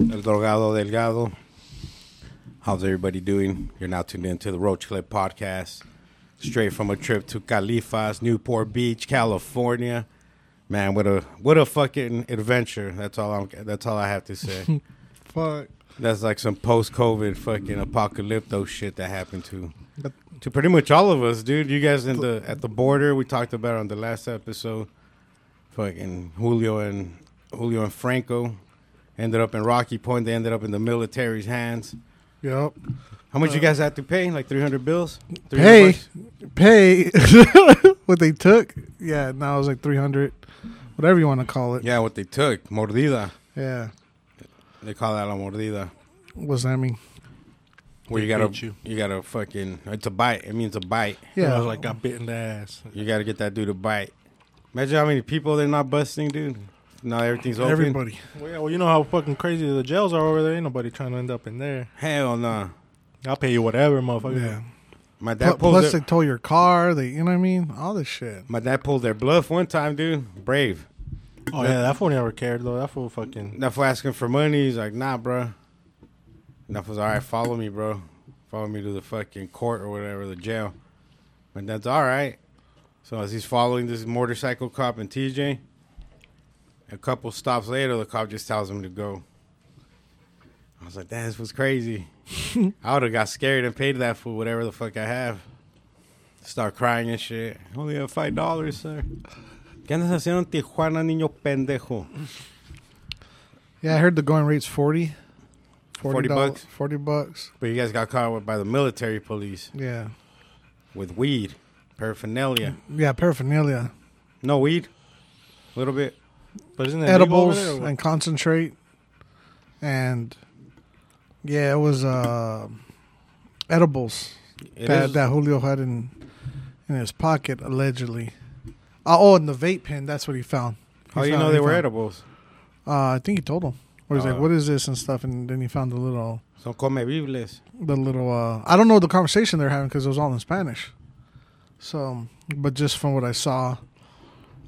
El Drogado Delgado. How's everybody doing? You're now tuned in to the Roach Clip Podcast, straight from a trip to Califas, Newport Beach, California. Man, what a what a fucking adventure! That's all I'm. That's all I have to say. Fuck. That's like some post-COVID fucking apocalypto shit that happened to to pretty much all of us, dude. You guys in the at the border, we talked about on the last episode. Fucking Julio and Julio and Franco ended up in Rocky Point. They ended up in the military's hands. Yep. How much you guys have to pay? Like three hundred bills? 300 Pay, bucks? pay what they took. Yeah, now it's like 300, whatever you want to call it. Yeah, what they took, mordida. Yeah. They call that a mordida, What's that mean? where They you gotta bit you. you. gotta fucking. It's a bite. It means a bite. Yeah. I was like, uh, got bit in the ass. You gotta get that dude a bite. Imagine how many people they're not busting, dude. Now everything's open. Everybody. Well, yeah, well, you know how fucking crazy the jails are over there. Ain't nobody trying to end up in there. Hell nah. I'll pay you whatever, motherfucker. Yeah. My Pl- dad pulled plus, their, they tow your car. They, you know what I mean? All this shit. my dad pulled their bluff one time, dude. Brave. Oh yeah, that fool never cared though. That fool fucking. That for asking for money, he's like, nah, bro. That was all right. Follow me, bro. Follow me to the fucking court or whatever, the jail. And that's all right. So as he's following this motorcycle cop and TJ, a couple stops later, the cop just tells him to go. I was like, "Damn, this was crazy." I would have got scared and paid that for whatever the fuck I have. Start crying and shit. Only have five dollars, sir. ¿Qué andas haciendo en Tijuana, niño pendejo? Yeah, I heard the going rate's 40. 40 doll- bucks? 40 bucks. But you guys got caught with- by the military police Yeah. with weed, paraphernalia. Yeah, paraphernalia. No weed, a little bit. But isn't it edibles Legal over there, or and concentrate and yeah it was uh edibles It that, is- that julio had in in his pocket allegedly uh, oh and the vape pen that's what he found He How do Oh, you found- know he they were found- edibles? uh i think he told him where he's Oh. like what is this and stuff and then he found the little Son comebibles. the little uh i don't know the conversation they're having because it was all in spanish so but just from what i saw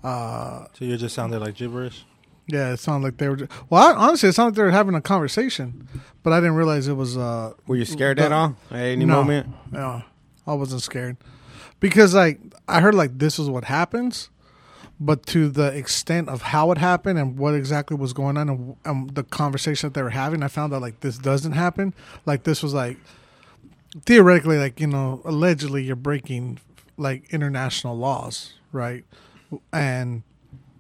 uh So you just sounded like gibberish. Yeah, it sounded like they were. Just, well, I, honestly, it sounded like they were having a conversation, but I didn't realize it was. Uh, Were you scared The- at all at any No. moment? no, I wasn't scared because like I heard like this is what happens, but to the extent of how it happened and what exactly was going on and, and the conversation that they were having, I found out like this doesn't happen. Like this was like theoretically, like you know, allegedly you're breaking like international laws, right? And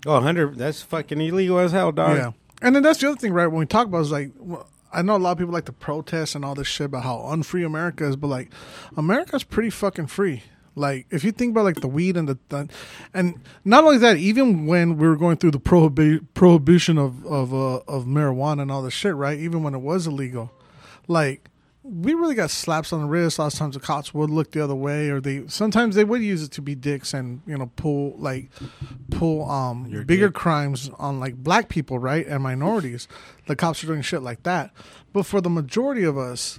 Oh, 100. That's fucking illegal as hell, dog. Yeah. And then that's the other thing, right? When we talk about is like, well, I know a lot of people like to protest and all this shit about how unfree America is, but like, America's pretty fucking free. Like, if you think about like the weed and the, th- and not only that, even when we were going through the prohibi- prohibition of of uh, of marijuana and all this shit, right? Even when it was illegal, like. We really got slaps on the wrist. A lot of times the cops would look the other way, or they sometimes they would use it to be dicks and you know pull like pull um Your bigger dick. crimes on like black people, right, and minorities. The cops are doing shit like that. But for the majority of us,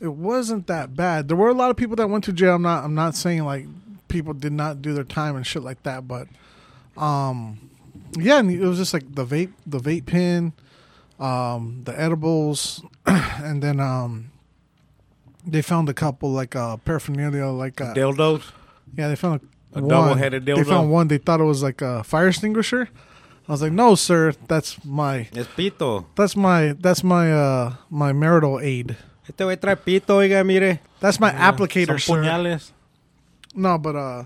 it wasn't that bad. There were a lot of people that went to jail. I'm not I'm not saying like people did not do their time and shit like that, but um yeah, and it was just like the vape the vape pen, um, the edibles and then um they found a couple like uh paraphernalia like uh, Dildos. yeah, they found A one. double-headed They dildo. found one. They thought it was like a fire extinguisher. I was like, no, sir, that's my Es pito. that's my that's my uh my marital aid. Este güey trae pito, oiga, mire. That's my Yeah. applicator, sir. Some puñales. No, but uh,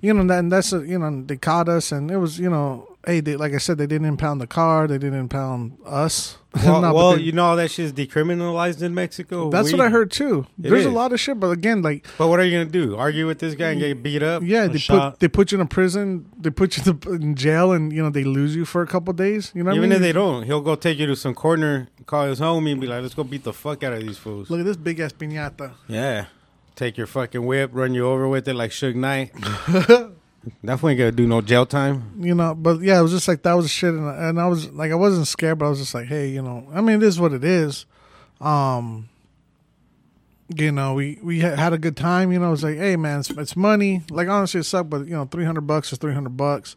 you know that and that's a, you know they caught us, and it was you know hey, they, like I said, they didn't impound the car, they didn't impound us. Well, No, but well, they- you know all that shit's decriminalized in Mexico. that's Weed. what I heard too. It There's a is. lot of shit, but again, like But what are you going to do? Argue with this guy and get beat up? Yeah, they put shot. they put you in a prison, they put you in the- in jail, and you know they lose you for a couple days. You know, what Even I if mean? they don't, he'll go take you to some corner, call his homie, and be like, let's go beat the fuck out of these fools. Look at this big ass piñata. Yeah. Take your fucking whip, run you over with it like Suge Knight. Definitely ain't gonna do no jail time. You know, but yeah, it was just like that was shit, and, and I was like, I wasn't scared, but I was just like, hey, you know, I mean, it is what it is. Um, you know, we we ha- had a good time. You know, I was like, hey, man, it's, it's money. Like honestly, it sucked, but you know, three hundred bucks is three hundred bucks.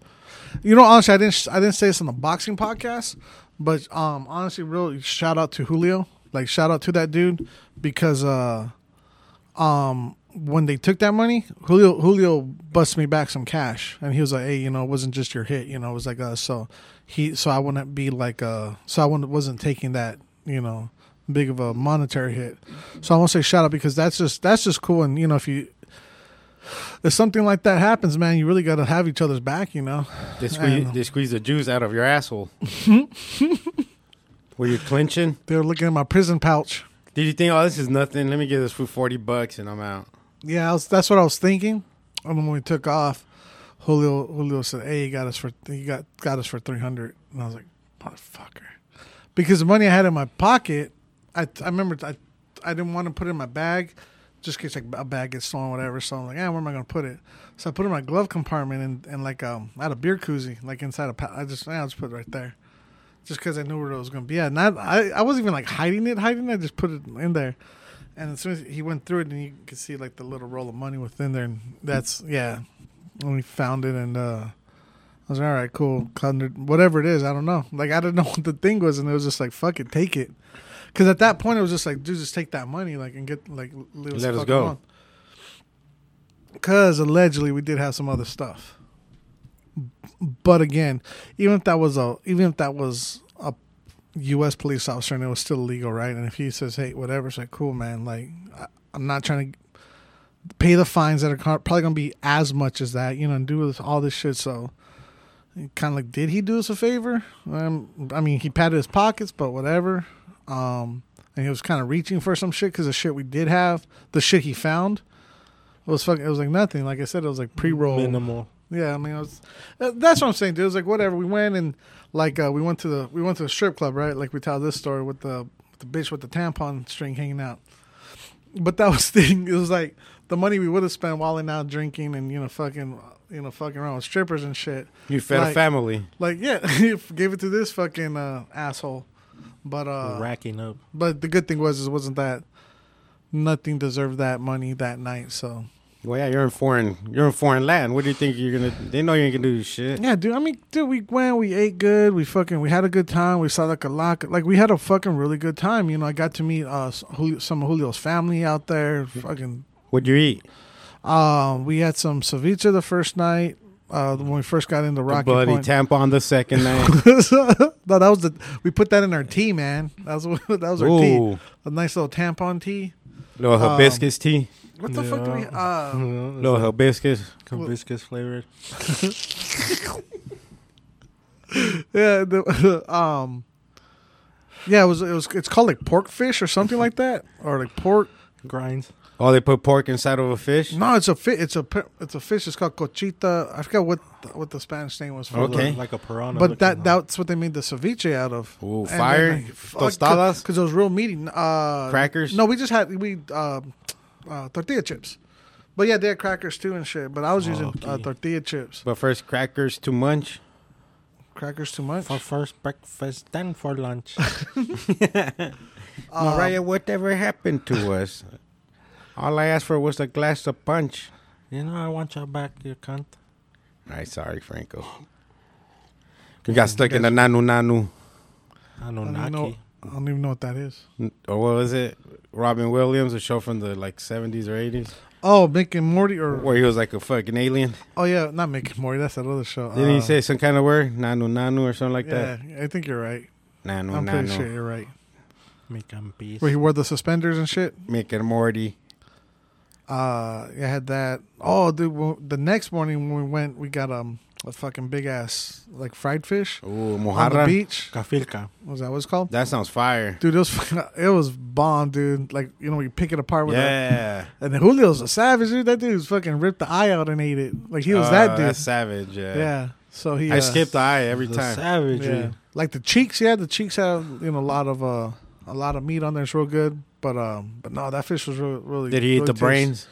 You know, honestly, I didn't sh- I didn't say this on the boxing podcast, But um, honestly, real shout out to Julio. Like shout out to that dude because uh, um, when they took that money, Julio Julio busted me back some cash, and he was like, "Hey, you know, it wasn't just your hit. You know, it was like uh, so he so I wouldn't be like uh, so I wouldn't, wasn't taking that you know big of a monetary hit. So I want to say shout out because that's just that's just cool, and you know if you if something like that happens, man, you really got to have each other's back, you know. They squeeze, And- they squeeze the juice out of your asshole. Were you clinching? They were looking at my prison pouch. Did you think, oh, this is nothing? Let me give this food 40 bucks and I'm out. Yeah, I was, that's what I was thinking. And when we took off, Julio Julio said, "Hey, you got us for you got got us for three hundred. And I was like, "Motherfucker," because the money I had in my pocket, I I remember I I didn't want to put it in my bag, just in case like a bag gets stolen, or whatever. So I'm like, "Yeah, where am I gonna put it?" So I put it in my glove compartment and, and like um I had a beer koozie like inside a pa- I just I just put it right there. Just because I knew where it was gonna be at, and I, I, I wasn't even like hiding it, hiding it. I just put it in there. And as soon as he went through it, and you could see like the little roll of money within there, and that's yeah. And we found it, and uh, I was like, all right, cool, Hundred- whatever it is, I don't know. Like I didn't know what the thing was, and it was just like, fuck it, take it. Because at that point, it was just like, dude, just take that money, like, and get like leave Let us fucking go. alone. Because allegedly we did have some other stuff, but again, even if that was a even if that was a U.S. police officer and it was still illegal, right? And if he says, "Hey, whatever," it's like, "Cool, man. Like, I, I'm not trying to pay the fines that are co- probably gonna be as much as that, you know, and do this, all this shit." So, kind of like, did he do us a favor? Um, I mean, he patted his pockets, but whatever. Um, and he was kind of reaching for some shit because the shit we did have, the shit he found, it was fucking. It was like nothing. Like I said, it was like pre-roll. Minimal. Yeah, I mean, it was, uh, that's what I'm saying, dude. It was like whatever. We went and like uh, we went to the we went to the strip club, right? Like we tell this story with the the bitch with the tampon string hanging out. But that was the thing. It was like the money we would have spent wilding out drinking and you know fucking you know fucking around with strippers and shit. You fed a Like- family. Like yeah, you gave it to this fucking uh, asshole. But uh, racking up. but the good thing was is wasn't that nothing deserved that money that night. So Well, yeah, you're in foreign, you're in foreign land. What do you think you're gonna? They know you ain't gonna do shit. Yeah, dude. I mean, dude, we went, we ate good, we fucking, we had a good time. We saw like a lot, like we had a fucking really good time. You know, I got to meet uh s- Julio, some of Julio's family out there. Fucking, What'd you eat? uh, we had some ceviche the first night. Uh, when we first got into Rocky Bloody Point. tampon the second night. no, that was the we put that in our tea, man. That was that was our Ooh. tea. Um, A nice little tampon tea. Little hibiscus tea. What the fuck do we? Yeah. Uh, Little hibiscus. Hibiscus flavored. Yeah, the, um, yeah, it was it was it's called like pork fish or something like that, or like pork. Grinds. Oh, they put pork inside of a fish. No, it's a fish. It's a pe- it's a fish. It's called cochita. I forgot what the, what the Spanish name was for. Okay. it. Look Like a piranha. but that that's what they made the ceviche out of. Ooh, fire? Tostadas? because it was real meaty. Uh, Crackers? No, we just had we um uh, tortilla chips. But yeah, they had crackers too and shit. But I was using uh, Okay. tortilla chips. But first, crackers to munch. Crackers too much. For first breakfast, then for lunch. Uh, Um, Mariah, whatever happened to us? All I asked for was a glass of punch. you know, I want your back, you cunt. All right, sorry, Franco. We got stuck in the nanu nanu. I don't, even know, Anunnaki. I don't even know what that is. Or what was it? Robin Williams, a show from the like 70s or 80s, Oh, Mick and Morty, or where he was like a fucking alien. oh yeah, not Mick and Morty. That's that other show. Didn't he Uh, say some kind of word? Nanu nanu or something like Yeah, that? I think you're right. Nanu I'm pretty nanu. sure you're right. Make him peace. Where he wore the suspenders and shit. Mick and Morty. Uh, I had that. Oh, dude, well, the next morning when we went, we got um a fucking big ass like fried fish Ooh, on the Mojarra. beach. Cafilca. Was that what it's called? That sounds fire. Dude, it was it was bomb, dude. Like you know, you pick it apart with yeah. Yeah. And then Julio's a savage, dude. That dude's fucking ripped the eye out and ate it. Like he was Oh, that dude. That's savage. Yeah. Yeah. So he. I uh, skipped the eye every The time. savagery. Yeah. Like the cheeks, yeah. The cheeks have you know a lot of uh a lot of meat on there. It's real good. But um, but no, that fish was really. really Did he eat really the tasty. brains?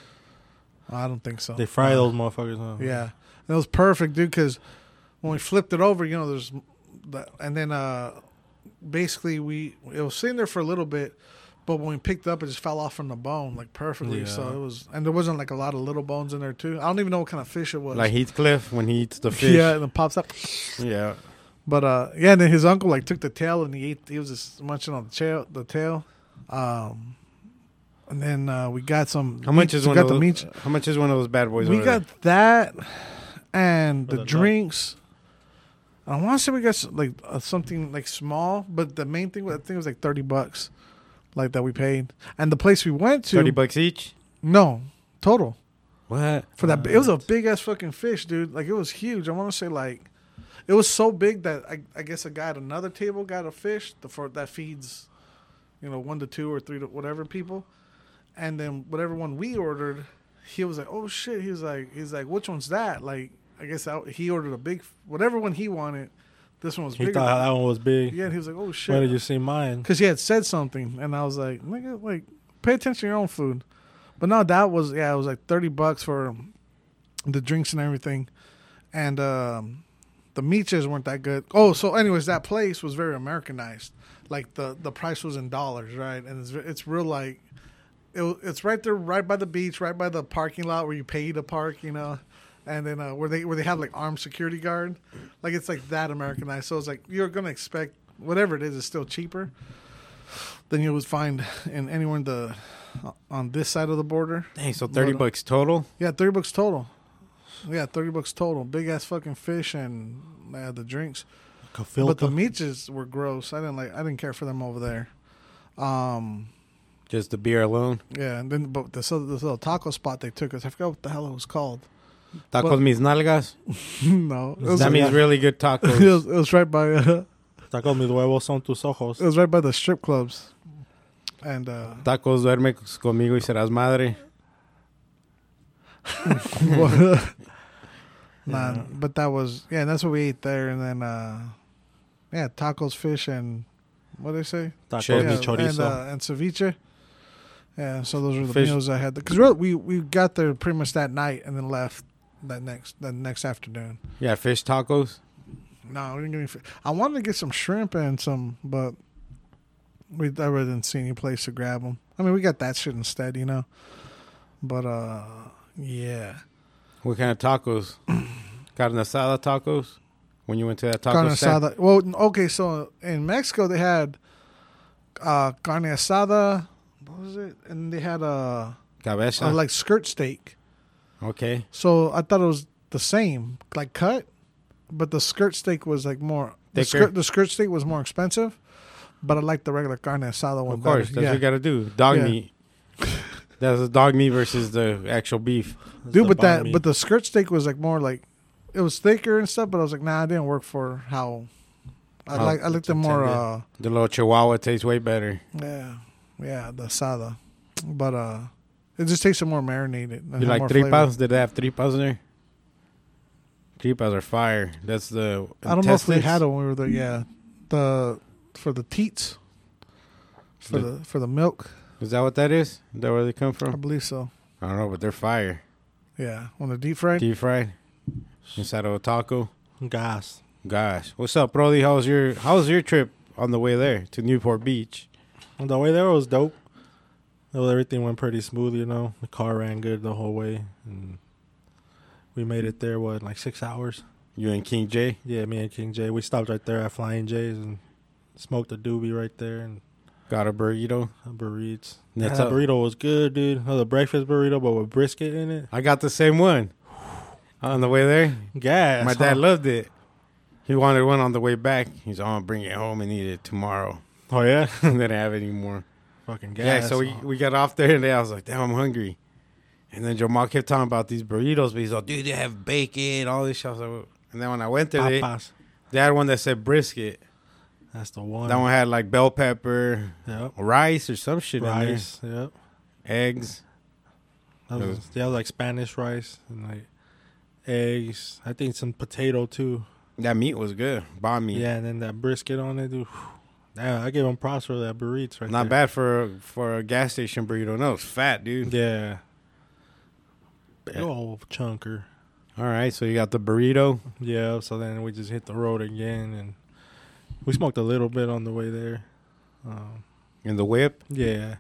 I don't think so. They fry those motherfuckers. Huh? Yeah, and it was perfect, dude. Because when we flipped it over, you know, there's, the, and then uh, basically we it was sitting there for a little bit, but when we picked it up, it just fell off from the bone like perfectly. Yeah. So it was, and there wasn't like a lot of little bones in there too. I don't even know what kind of fish it was. Like Heathcliff when he eats the fish. yeah, and it pops up. Yeah. But uh, yeah, and then his uncle like took the tail and he ate. He was just munching on the tail. The tail. Um, and then uh, we got some. How much meat- is we one got of the those, meat? How much is one of those bad boys? We over got there? that and the, For the dog. drinks. I want to say we got s- like uh, something like small, but the main thing I think it was like thirty bucks, like that we paid, and the place we went to thirty bucks each. no total What? for that. It was a What? big ass fucking fish, dude. Like it was huge. I want to say like it was so big that I, I guess a guy at another table got a fish the for that feeds, you know, one to two or three to whatever people, and then whatever one we ordered, he was like, oh shit. He was like, he's like, which one's that? Like I guess I, he ordered a big whatever one he wanted. This one was He bigger. thought that one was big. yeah, and he was like, oh Why did you shit, see mine? because he had said something, and I was like, nigga, like pay attention to your own food. But no, that was yeah, it was like thirty bucks for the drinks and everything, and um, the meat just weren't that good. Oh, so anyways, that place was very Americanized. Like the the price was in dollars, right? And it's it's real like. It, wa- it's right there, right by the beach, right by the parking lot where you pay to park, you know, and then uh, where they where they have like armed security guard, like it's like that Americanized. So it's like you're gonna expect whatever it is is still cheaper than you would find in anywhere in the on this side of the border. Dang, so thirty What? bucks total. Yeah, thirty bucks total. Yeah, thirty bucks total. Big ass fucking fish and uh, the drinks, but the meats were gross. I didn't like. I didn't care for them over there. Um, Just the beer alone. yeah, and then but this other, this little taco spot they took us. I forgot what the hell it was called. Tacos But- mis nalgas. no, it was, That means yeah. really good it tacos. was, it was right by uh, Taco mis huevos son tus ojos. it was right by the strip clubs, and uh, tacos duerme conmigo y serás madre. nah, Yeah. but that was yeah, that's what we ate there, and then uh, yeah, tacos, fish, and what do they say? Yeah, Tacos mis and, chorizo. uh, and ceviche. Yeah, so those were the Fish. meals I had because we we got there pretty much that night and then left that next that next afternoon. Yeah, fish tacos. No, we didn't get any. Fish. I wanted to get some shrimp and some, but we I really didn't see any place to grab them. I mean, we got that shit instead, you know. But uh, yeah, What kind of tacos? Carne asada tacos. When you went to that taco carne stand? asada. Well, okay, so in Mexico they had uh carne asada. What was it? And they had a, cabeza. a like skirt steak. okay, So I thought it was the same, like cut, but the skirt steak was like more. The Thicker. skirt, the skirt steak was more expensive, but I like the regular carne asada one. of course. better. That's what you got to do. Dog Yeah. meat. That's the dog meat versus the actual beef. That's dude. the But that, banh mi. but the skirt steak was like more like it was thicker and stuff. But I was like, nah, it didn't work for how. I How like I like it's the more. intended. uh The little chihuahua tastes way better. Yeah, yeah, the asada, but uh, it just tastes more marinated. and You had like more three flavor. pounds? Did they have three pounds in there? Three pounds are fire. That's the. I don't know if we intestines. had it when we were there. Yeah, the for the teats, for The- the for the milk. Is that what that is? Is that where they come I from? believe so. I don't know, but they're fire. Yeah, on the deep fried. Deep fried inside of a taco. Gas. Gosh, what's up, Brody? How's your How's your trip on the way there to Newport Beach? And the way there was dope. Though everything went pretty smooth, you know. The car ran good the whole way, and we made it there. What, in like six hours? You and King J. Yeah, me and King J. We stopped right there at Flying J's and smoked a doobie right there and Got a burrito. a burrito. That's that up. burrito was good, dude. Another breakfast burrito, but with brisket in it. I got the same one on the way there. Gas. My dad huh? loved it. He wanted one on the way back. He's on, bring it home and eat it tomorrow. Oh yeah. they didn't have any more. Fucking Yeah, gas. uh, so we, we got off there and I was like, damn, I'm hungry. And then Jamal kept talking about these burritos, but he's like, dude, they have bacon, all this shit. I was like, "Well-" and then when I went there, they, Papas. they had one that said brisket. That's the one. That one had like bell pepper, Yep. rice or some shit Rice. Yep. in there, eggs. That Yeah. was, yeah, like Spanish rice and like eggs. I think some potato too. That meat was good, bomb meat. Yeah, and then that brisket on it, dude. Whew. Damn, I give him props for that burrito right Not there. bad for a, for a gas station burrito. No, it's fat, dude. Yeah. Big Yeah. old chunker. All right, so you got the burrito. Yeah, so then we just hit the road again and we smoked a little bit on the way there. Um, And the whip. yeah.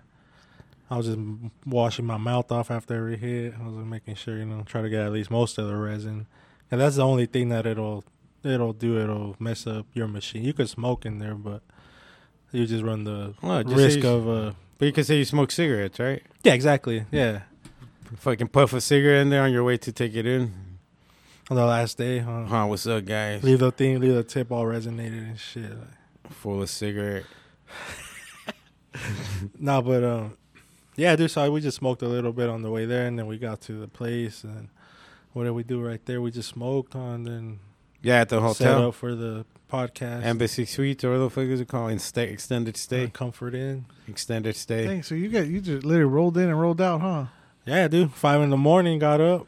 I was just m- washing my mouth off after every hit. I was just making sure, you know, try to get at least most of the resin. And that's the only thing that it'll it'll do. It'll mess up your machine. You could smoke in there, but you just run the Well, just risk say you- of uh But you could say you smoke cigarettes, right? yeah, exactly. Yeah, Fucking puff a cigarette in there on your way to take it in. on the last day, huh? Huh? What's up, guys? leave the thing, leave the tip all resonated and shit. Like, Full of cigarette. No, but um, yeah, dude. So we just smoked a little bit on the way there, and then we got to the place, and what did we do right there? We just smoked on, then Yeah, at the set hotel, up for the podcast, Embassy Suites, or what the fuck is it called? In stay, extended uh, stay, comfort in. extended stay. Dang, so you got you just literally rolled in and rolled out, huh? Yeah, dude. Five in the morning, got up,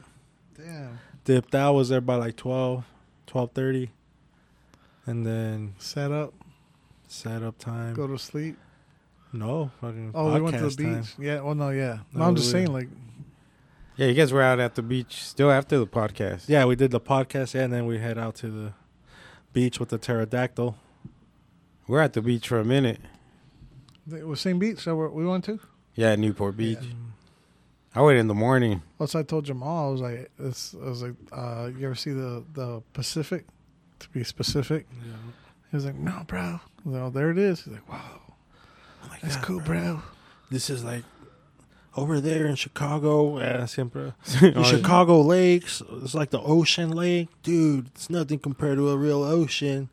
Damn, dipped out, was there by like 12, 12.30. and then set up, set up time. go to sleep. No, fucking Oh, we went to the podcast time. beach. Yeah, well, no, yeah. No, No, I'm just we- saying, like, Yeah, you guys were out at the beach still after the podcast. Yeah, we did the podcast, yeah, and then we head out to the beach with the pterodactyl. we're at the beach for a minute. it was same beach that we're- we went to. Yeah, at Newport Beach. Yeah. Mm, I went in the morning. Also, I told Jamal, I was like, it's, I was like, uh, you ever see the the Pacific? To be specific, Yeah. he was like, no, bro. I was like, oh, there it is. He's like, wow, Oh my that's God, cool, bro. bro. This is like over there in Chicago. Yeah, siempre. Oh, In Chicago Lakes, it's like the ocean lake. Dude, it's nothing compared to a real ocean.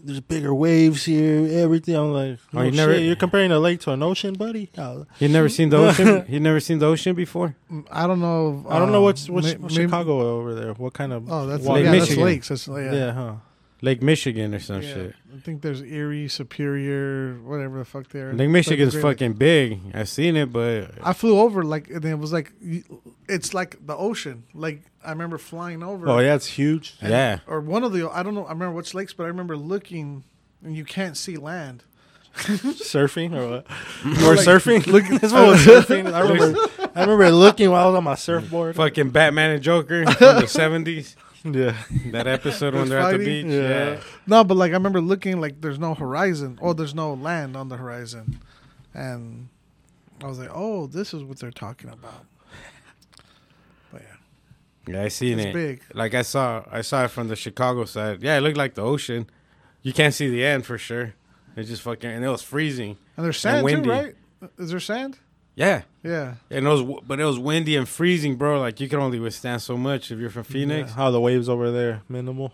There's bigger waves here, everything. I'm like, Oh, no you never- shit, you're comparing a lake to an ocean, buddy? Uh, Yeah. You never seen the ocean? you never seen the ocean before? Mm, I don't know. um, I don't know what's, what's Uh, may- maybe- Chicago over there. What kind of. Oh, that's Lake yeah, that's Michigan. lakes. That's yeah. yeah. huh? Lake Michigan or some Yeah. shit. I think there's Erie, Superior, whatever the fuck there. Lake Michigan's Great- fucking big. I've seen it, but I flew over like and it was like you- it's like the ocean. Like I remember flying over. Oh, yeah, it's huge. and- yeah. Or one of the I don't know. I remember which lakes, but I remember looking and you can't see land. surfing or what? Or or like- surfing? Look, this one was surfing. I remember, I remember looking while I was on my surfboard. Fucking Batman and Joker from the seventies. Yeah. That episode when They're they're at the beach. fighting? Yeah. Yeah. No, but like I remember looking like there's no horizon or there's no land on the horizon, and I was like, oh, this is what they're talking about. But yeah, Yeah, I seen it's it. big. Like I saw I saw it from the Chicago side. Yeah, it looked like the ocean. You can't see the end for sure. It just fucking and it was freezing. And there's sand windy. too, right? Is there sand? Yeah. Yeah. And it was but it was windy and freezing, bro. Like you can only withstand so much if you're from Phoenix. Yeah, How the waves over there? Minimal.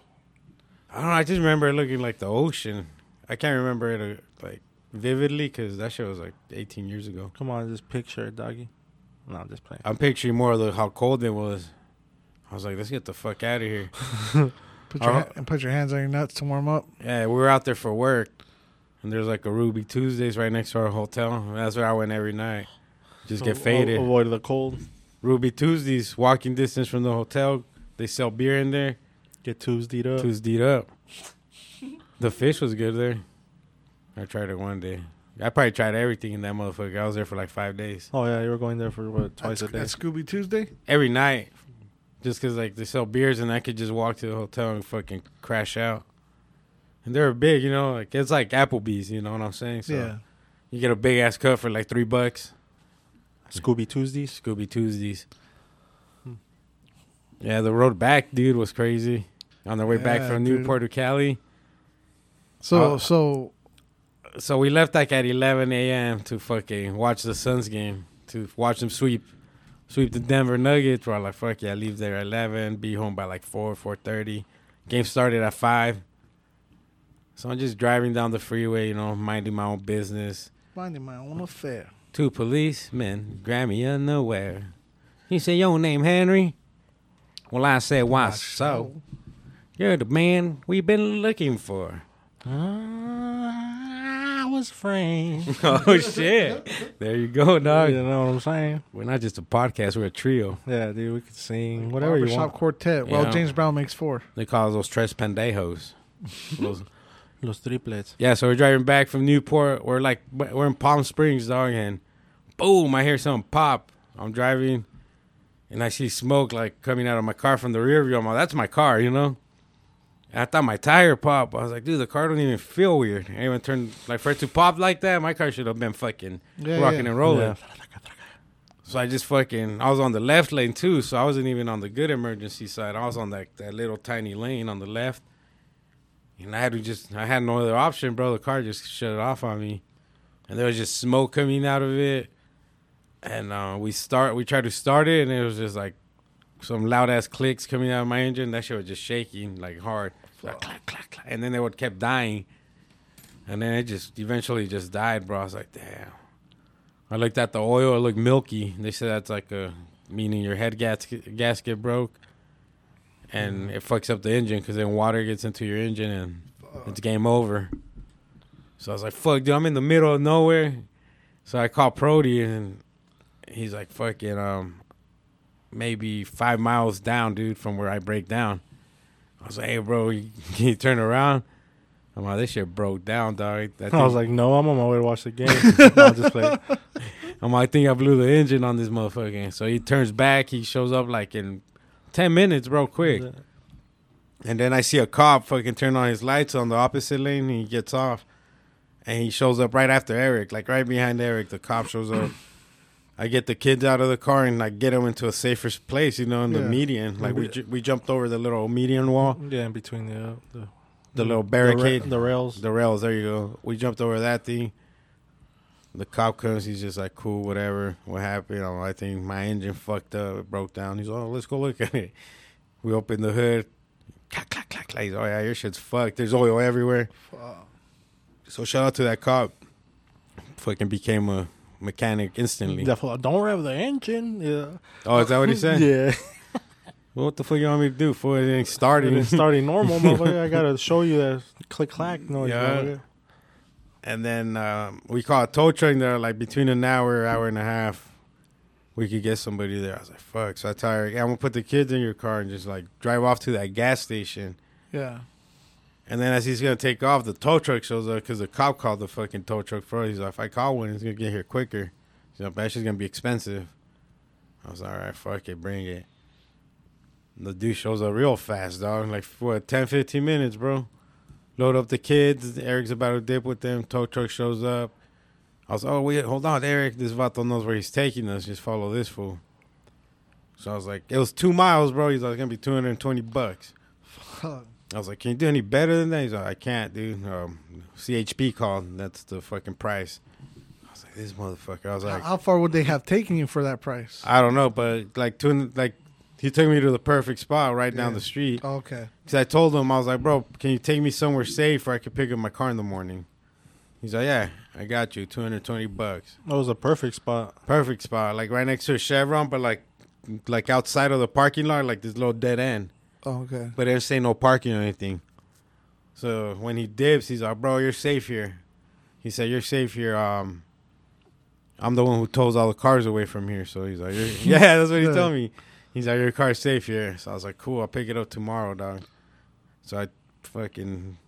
I don't know. I just remember it looking like the ocean. I can't remember it uh, like vividly because that shit was like 18 years ago. Come on, just picture it, doggy. No, I'm just playing. I'm picturing more of the, how cold it was. I was like, let's get the fuck out of here. Put your Uh, ha- and put your hands on your nuts to warm up. Yeah, we were out there for work, and there's like a Ruby Tuesdays right next to our hotel. And that's where I went every night. Just get A- faded. Avoid the cold. Ruby Tuesdays, walking distance from the hotel. They sell beer in there. Get Tuesdayed up. Tuesdayed up. The fish was good there. I tried it one day. I probably tried everything in that motherfucker. I was there for like five days. Oh yeah, you were going there for what twice That's- a day? that's Scooby Tuesday. Every night. Just because, like, they sell beers and I could just walk to the hotel and fucking crash out. And they're big, you know? Like, it's like Applebee's, you know what I'm saying? So yeah. you get a big ass cut for like three bucks. Scooby Tuesdays. Scooby Tuesdays. Hmm. Yeah, the road back, dude, was crazy. On the way back Yeah, from dude. Newport to Cali. So Uh, so So we left like at 11 a.m. to fucking watch the Suns game, to watch them sweep, sweep the Denver Nuggets. We're like, fuck yeah, leave there at 11, be home by like 4, 4.30. Game started at 5. So I'm just driving down the freeway, you know, minding my own business. minding my own affair. Two policemen grab me unaware. He said, your name Henry? Well, I said, why so? You're the man we've been looking for. Ah, I was framed. oh, shit. There you go, dog. You know what I'm saying? We're not just a podcast, we're a trio. Yeah, dude, we could sing whatever you Barbershop want. quartet. Well, Yeah. James Brown makes four. They call us those tres pendejos. Those- Los triplets. yeah, so we're driving back from Newport. We're like, we're in Palm Springs, dog, and boom, I hear something pop. I'm driving and I see smoke like coming out of my car from the rear view. I'm like, that's my car, you know? And I thought my tire popped. I was like, dude, the car don't even feel weird. I even turned, like, for it to pop like that, my car should have been fucking Yeah, rocking yeah. and rolling. Yeah. So I just fucking I was on the left lane too, so I wasn't even on the good emergency side. I was on that, that little tiny lane on the left. and I had to just I had no other option, bro. The car just shut it off on me, and there was just smoke coming out of it. And uh, we start we tried to start it, and it was just like some loud ass clicks coming out of my engine. That shit was just shaking like hard, like, clack, clack, clack. and then they would kept dying, and then it just eventually just died, bro. I was like, damn. I looked at the oil; it looked milky. They said that's like a meaning your head gasket gasket broke, and it fucks up the engine because then water gets into your engine and it's game over. So I was like, "Fuck, dude, I'm in the middle of nowhere." So I called Prody and he's like, "Fucking um, maybe five miles down, dude, from where I break down." I was like, "Hey, bro, you- can you turn around?" I'm like, "This shit broke down, dog." That I thing- was like, no, I'm on my way to watch the game. I'll just play. I'm like, I think I blew the engine on this motherfucker. So he turns back. He shows up like in 10 minutes, bro, quick. And then I see a cop fucking turn on his lights on the opposite lane. And he gets off. And he shows up right after Eric, like right behind Eric. The cop shows up. I get the kids out of the car and I get them into a safer place, you know, in the Yeah. median. Like we ju- we jumped over the little median wall, Yeah, in between the uh, the, the little the ra- barricade. the rails. The rails, there you go. We jumped over that thing. The cop comes, he's just like, cool, whatever. What happened? I'm like, I think my engine fucked up. It broke down. He's like, oh, let's go look at it. We open the hood. Clack, clack, clack, clack. He's, oh, yeah, your shit's fucked. There's oil everywhere. So shout out to that cop. Fucking became a mechanic instantly. Definitely. Don't rev the engine. Yeah. Oh, is that what he said? Yeah. Well, what the fuck you want me to do before it ain't started? it's starting normal, motherfucker. I gotta show you that click clack noise. Yeah. motherfucker. And then um, we caught a tow truck there, like between an hour, hour and a half, we could get somebody there. I was like, fuck. So I tell her, yeah, I'm going to put the kids in your car and just like drive off to that gas station. Yeah. And then as he's going to take off, the tow truck shows up because the cop called the fucking tow truck first. He's like, if I call one, it's going to get here quicker. He's like, that shit's going to be expensive. I was like, all right, fuck it, bring it. And the dude shows up real fast, dog. Like, what, 10, 15 minutes, bro? Load up the kids. Eric's about to dip with them. Tow truck shows up. I was oh, wait, hold on, Eric. This vato knows where he's taking us. Just follow this fool. So I was like, it was two miles, bro. He's like, it's going to be 220 bucks. Fuck. I was like, "Can you do any better than that?" He's like, "I can't, dude. Um, CHP called. That's the fucking price." I was like, "This motherfucker." I was like, How far would they have taken you for that price? "I don't know," but like, to, like, he took me to the perfect spot right down Yeah. the street. okay. Because I told him, I was like, "Bro, can you take me somewhere safe where I can pick up my car in the morning?" He's like, "Yeah, I got you. Two hundred twenty bucks. That was a perfect spot. Perfect spot. Like right next to a Chevron, but like, like outside of the parking lot, like this little dead end." Oh, okay. But there's ain't no parking or anything. So when he dips, he's like, "Bro, you're safe here." He said, "You're safe here." Um, I'm the one who tows all the cars away from here. So he's like, you're, "Yeah, that's what he Yeah. told me." He's like, "Your car's safe here." So I was like, "Cool, I'll pick it up tomorrow, dog." So I fucking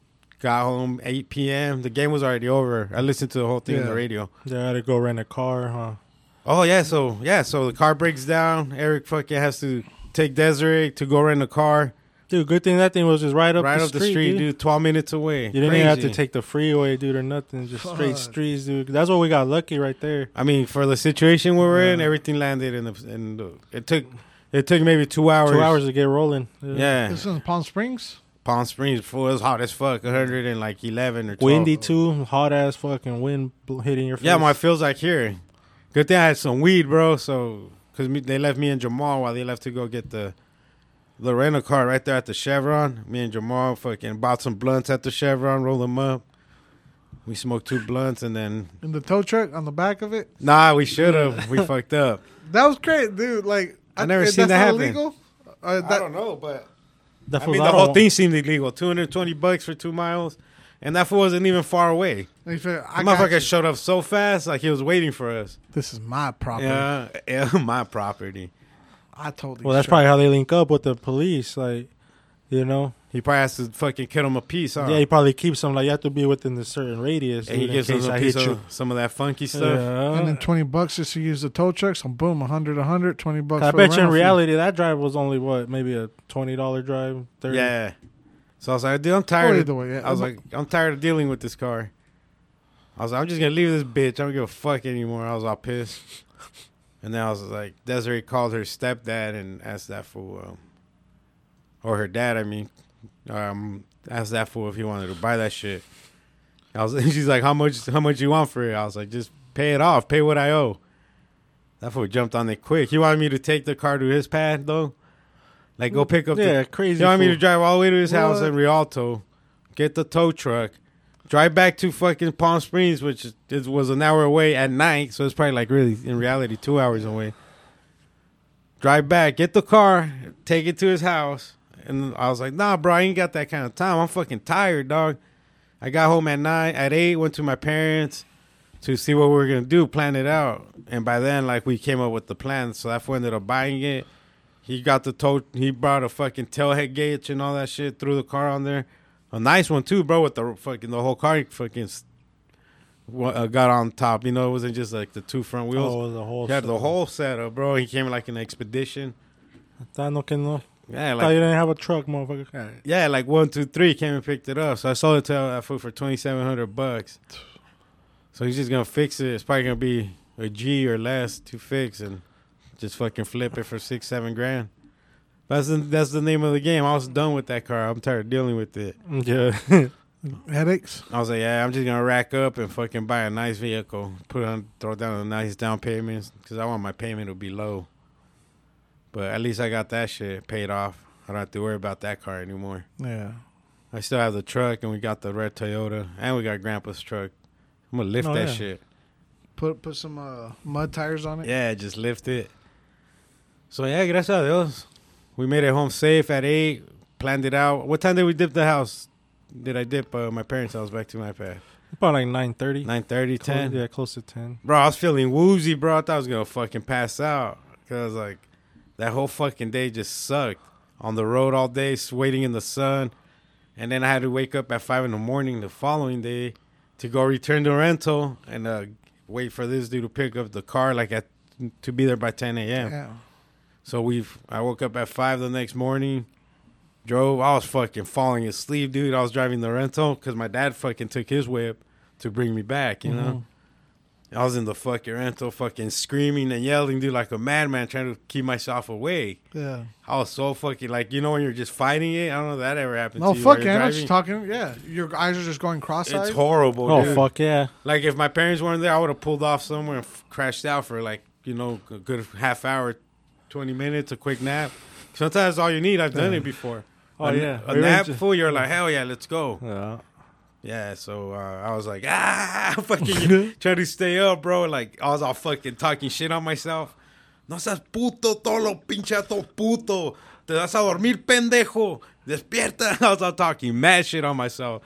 got home 8 p.m. The game was already over. I listened to the whole thing on Yeah. the radio. They had to go rent a car, huh? Oh yeah, so yeah, so the car breaks down. Eric fucking has to take Desiree to go rent a car Dude, good thing that thing was just right up right the up street, the street, dude. dude. Twelve minutes away. You didn't even have to Crazy. take the freeway, dude, or nothing. Just straight Fuck. streets, dude. That's what we got lucky right there. I mean, for the situation we were in, Yeah. everything landed in the in the, it took it took maybe two hours. Two hours to get rolling. Yeah, This is in Palm Springs. Palm Springs, fool, it was hot as fuck, hundred and like eleven or 12. Windy too, hot ass fucking wind bl- hitting your face. Yeah, my feels like here. Good thing I had some weed, bro. So because they left me and Jamal while they left to go get the the rental car right there at the Chevron. Me and Jamal fucking bought some blunts at the Chevron, roll them up. We smoked two blunts and then In the tow truck on the back of it. nah, we should have. we fucked up. That was great, dude. Like I never is seen that not happen. illegal? Uh, that, know, but That I was- mean, I the don't whole want- thing seemed illegal. Two hundred twenty bucks for two miles, and that fool wasn't even far away. They said, I That got motherfucker you. showed up so fast, like he was waiting for us. This is my property. Yeah, yeah, my property. I told you. Well, that's probably how they link up with the police, like, you know. He probably has to fucking cut him a piece, huh? Yeah, he probably keeps them like you have to be within a certain radius. and he dude, in gives us case a I piece hit of you. some of that funky stuff. And then Yeah. 20 bucks just to use the tow truck. So, boom, 100, 100, 20 bucks. I for the bet you in rental fee. reality that drive was only what maybe a twenty dollar drive. 30. Yeah. So I was like, dude, I'm Or tired. either Of, way, yeah. um, I was like, I'm tired of dealing with this car. I was like, I'm just gonna leave this bitch. I don't give a fuck anymore. I was all pissed. And then I was like, Desiree called her stepdad and asked that for, um, or her dad, I mean, um, asked that fool if he wanted to buy that shit. I was, she's like, "How much? How much you want for it?" I was like, "Just pay it off. Pay what I owe." That fool jumped on it quick. He wanted me to take the car to his pad though, like go pick up. Yeah, the, crazy He wanted me fool. to drive all the way to his house What? in Rialto, get the tow truck, drive back to fucking Palm Springs, which is- is, was an hour away at night. So it's probably like really in reality two hours away. Drive back, get the car, take it to his house, and I was like, "Nah, bro, I ain't got that kind of time. I'm fucking tired, dog." I got home at nine, at eight, went to my parents to see what we were gonna do, plan it out, and by then, like, we came up with the plan. So that fool ended up buying it. He got the tow. He brought a fucking tailhead gauge and all that shit. Threw the car on there, a nice one too, bro. With the fucking the whole car fucking s- wa- uh, got on top. You know, it wasn't just like the two front wheels. Oh, the whole. he had the stuff. whole setup, bro. He came like an expedition. Thought no can no. Yeah, Thought you like didn't have a truck, motherfucker. All right. yeah, like one, two, three came and picked it up. So I sold it to that fool for twenty seven hundred bucks. So he's just gonna fix it. It's probably gonna be a G or less to fix and just fucking flip it for six, seven grand. That's the that's the name of the game. I was done with that car. I'm tired of dealing with it. Yeah. Headaches. I was like, yeah, I'm just gonna rack up and fucking buy a nice vehicle, put on, throw down a nice down payment because I want my payment to be low. But at least I got that shit paid off. I don't have to worry about that car anymore. Yeah. I still have the truck, and we got the red Toyota, and we got Grandpa's truck. I'm gonna lift Oh, that yeah. shit. Put put some uh, mud tires on it. Yeah, just lift it. So yeah, gracias a Dios, we made it home safe at eight. Planned it out. What time did we dip the house? Did I dip uh, my parents' house back to my pad? About like nine thirty. 9.30, 10? Yeah, close to ten. Bro, I was feeling woozy, bro. I thought I was gonna fucking pass out because like that whole fucking day just sucked. On the road all day, s- waiting in the sun, and then I had to wake up at five in the morning the following day to go return the rental and uh, wait for this dude to pick up the car like at to be there by ten a.m. Yeah. So we've I woke up at five the next morning, drove. I was fucking falling asleep, dude. I was driving the rental because my dad fucking took his whip to bring me back. You Mm-hmm. know, I was in the fucking rental, fucking screaming and yelling, dude, like a madman, trying to keep myself awake. Yeah. I was so fucking like, you know, when you're just fighting it. I don't know if that ever happened. No, to you fuck while yeah. you're I know what you're driving. talking. Yeah. Your eyes are just going cross-eyed. It's horrible. Oh dude. fuck yeah! Like if my parents weren't there, I would have pulled off somewhere and f- crashed out for like you know a good half hour, twenty minutes, a quick nap. Sometimes all you need. I've done it before. Oh, a, yeah. a We were nap ju- fool. You're like hell yeah, let's go. Yeah. Yeah, so uh, I was like ah, fucking trying to stay up, bro. Like I was all fucking talking shit on myself. No seas puto, tolo, pinchato, puto. Te vas a dormir, pendejo. Despierta. I was all talking mad shit on myself.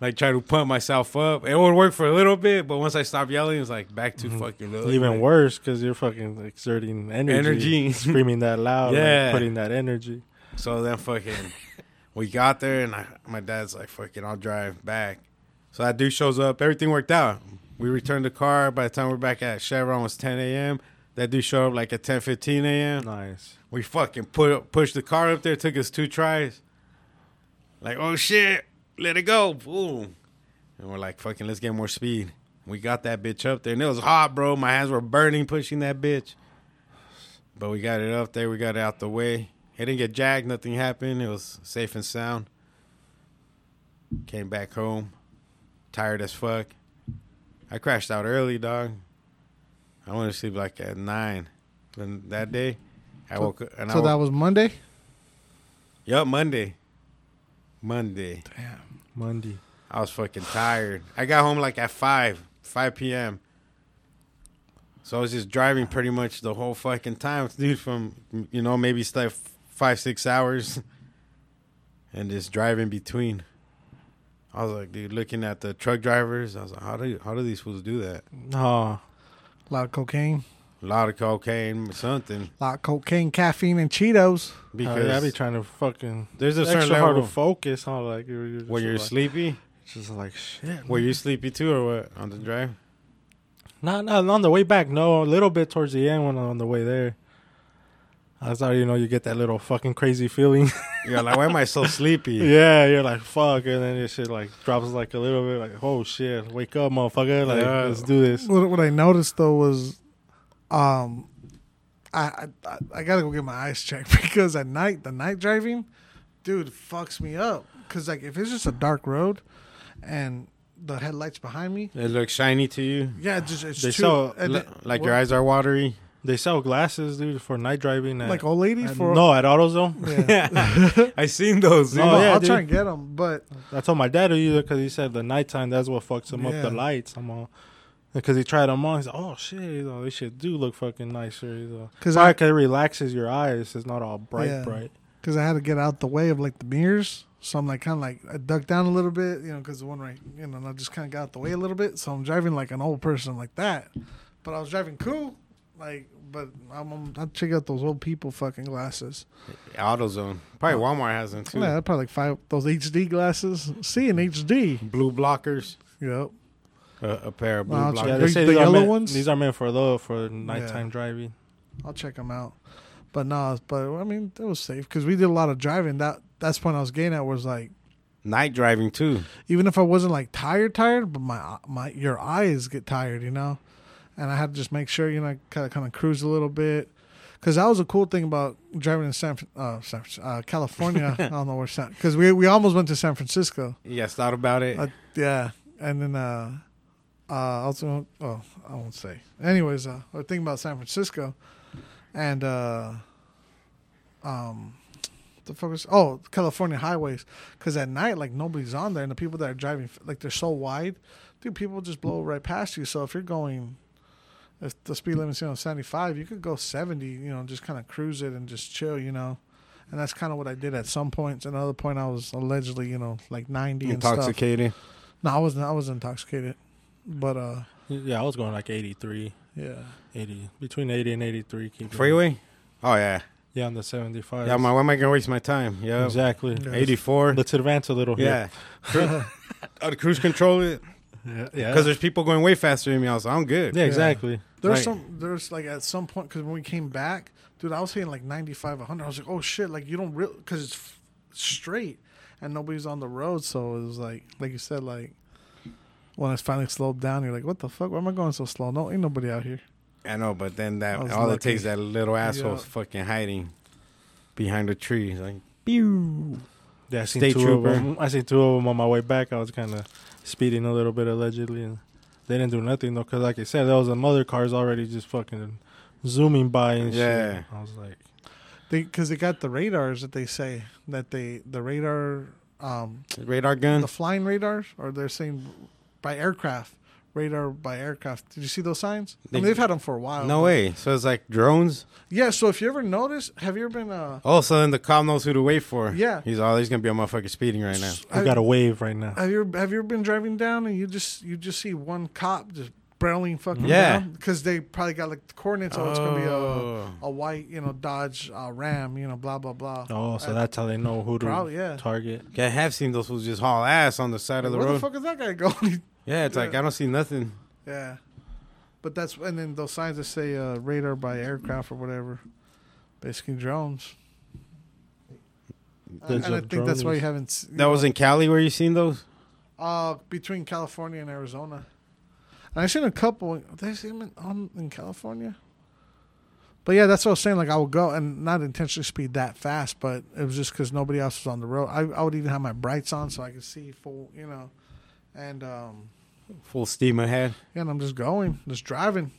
Like, trying to pump myself up. It would work for a little bit, but once I stopped yelling, it's like back to fucking low. Even Oh, like, worse because you're fucking exerting energy, Energy. screaming that loud, yeah, Yeah. putting that energy. So then fucking, we got there, and I, my dad's like, fucking, I'll drive back. So that dude shows up. Everything worked out. We returned the car. By the time we're back at Chevron, it was 10 a.m. That dude showed up like at 10:15 a.m. Nice. We fucking put up, pushed the car up there. Took us two tries. Like, oh shit, let it go, boom. And we're like, fucking, let's get more speed. We got that bitch up there, and it was hot, bro. My hands were burning pushing that bitch. But we got it up there. We got it out the way. It didn't get jacked. Nothing happened. It was safe and sound. Came back home, tired as fuck. I crashed out early, dog. I went to sleep like at nine. Then that day, I woke up and I So woke, that was Monday. Yup, Monday. Monday. Damn. Monday. I was fucking tired. I got home like at 5, 5 p.m. So I was just driving pretty much the whole fucking time, dude, from, you know, maybe stay five, six hours and just driving between. I was like, dude, looking at the truck drivers, I was like, how do, how do these fools do that? Oh, A lot of cocaine. A lot of cocaine, something. A lot of cocaine, caffeine, and Cheetos. Because oh, yeah, I be trying to fucking. there's a It's extra certain hard level to focus on, like you're, you're when just you're like, sleepy. Just like shit. Were you sleepy too or what on the drive? Not, not on the way back. No, a little bit towards the end when on the way there. That's how you know you get that little fucking crazy feeling. You're like, why am I so sleepy? yeah, you're like fuck, and then your shit like drops like a little bit. Like oh shit, wake up, motherfucker! Like Yeah. let's do this. What, what I noticed though was, um, I, I- I I gotta go get my eyes checked because at night the night driving, dude fucks me up. because like if it's just a dark road, and the headlights behind me, It looks shiny to you. yeah, it's just it's They too sell, and li- it- Like your eyes are watery. They sell glasses, dude, for night driving. At, like old lady at- for no at AutoZone. Yeah. I seen those. No, Well, yeah, I'll dude. try and get them, but I told my dad to use it because he said the nighttime that's what fucks him up Yeah. the lights. I'm all because he tried them on. He's like, oh shit, you know, they shit do look fucking nicer. You know. because I Like it relaxes your eyes. It's not all bright, Yeah. bright. because I had to get out the way of like the mirrors. So I'm like kind of like I ducked down a little bit, you know, because the one right, you know, and I just kind of got out the way a little bit. So I'm driving like an old person like that, but I was driving cool, like. But I'm, I'm I check out those old people fucking glasses. AutoZone. Probably Walmart has them too. Oh. Yeah, they're probably like five those HD glasses. See in HD. Blue blockers. Yep. Uh, a pair of blue Wow, blockers. Like, Yeah, they- they say the these are yellow meant, ones? These are meant for low for nighttime driving. I'll check them out. But no, but I mean that was safe because we did a lot of driving. That that's when I was getting at was like Night driving too. even if I wasn't like tired, tired, but my my your eyes get tired, you know. And I had to just make sure, you know, kind of kind of cruise a little bit, because that was a cool thing about driving in San, Fran- uh, San Fran- uh, California. I don't know where San, because we we almost went to San Francisco. Yes, thought about it. Uh, yeah, and then uh, uh, also, oh, I won't say. Anyways, uh, I was thinking about San Francisco, and uh, um, the focus. Oh, California highways, because at night, like nobody's on there, and the people that are driving, like they're so wide, dude, people just blow right past you. So if you're going. If the speed limit's you know seventy five, you could go seventy, you know, just kind of cruise it and just chill, you know, and that's kind of what I did at some points. Another point, I was allegedly, you know, like ninety and stuff. Intoxicated. No, I wasn't. I was intoxicated, but uh, Yeah, I was going like 83, yeah, 80 between 80 and 83. Keep it- Freeway? Oh yeah. Yeah, on the 75. Yeah, my why am I gonna waste my time? Yeah. exactly. Yeah. Eighty four. Let's advance a little Yeah. Cru- Oh, the cruise control it. here. Because Yeah, there's people going way faster than me. I was like, I'm good. yeah, exactly. there's Right. some. There's like at some point because when we came back, dude, I was hitting like 95, 100. I was like, oh shit, like you don't real because it's f- straight and nobody's on the road, so it was like, like you said, like when it's finally slowed down, you're like, what the fuck? Why am I going so slow? No, ain't nobody out here. I know, but then I that was all it lucky. takes is that little asshole's Yeah. fucking hiding behind a tree. He's like Yeah, I seen State two trooper. of them. I seen two of them on my way back. I was kind of speeding a little bit allegedly, and they didn't do nothing though. Because like I said, there was some other cars already just fucking zooming by and Yeah. shit. I was like, They because they got the radars that they say that they the radar um radar gun. the flying radars, or they're saying by aircraft radar by aircraft. Did you see those signs? I They- mean, they've had them for a while. no but- way. So it's like drones. Yeah. So if you ever notice, have you ever been? Uh, Oh, so then the cop knows who to wait for. Yeah. He's all he's gonna be a motherfucker speeding right now. we have- got a wave right now. have you ever- have you ever been driving down and you just you just see one cop just barreling fucking Yeah. because they probably got like the coordinates. Oh, it's gonna be a a white you know Dodge uh, Ram you know blah blah blah. oh, so I- that's how they know who to Probably, yeah. target. Yeah, I have seen those fools just haul ass on the side of the Where the road. fuck is that guy going? yeah, it's like I don't see nothing. Yeah. But that's and then those signs that say uh, radar by aircraft or whatever, basically drones. Those and I are think that's why you drones. haven't. s- you That was know, in Cali where you seen those? uh, between California and Arizona. And I seen a couple. Did I see them in, on, in California? But yeah, that's what I was saying. Like I would go and not intentionally speed that fast, but it was just because nobody else was on the road. I, I would even have my brights on so I could see full, you know, and um, Full steam ahead. yeah, and I'm just going, just driving,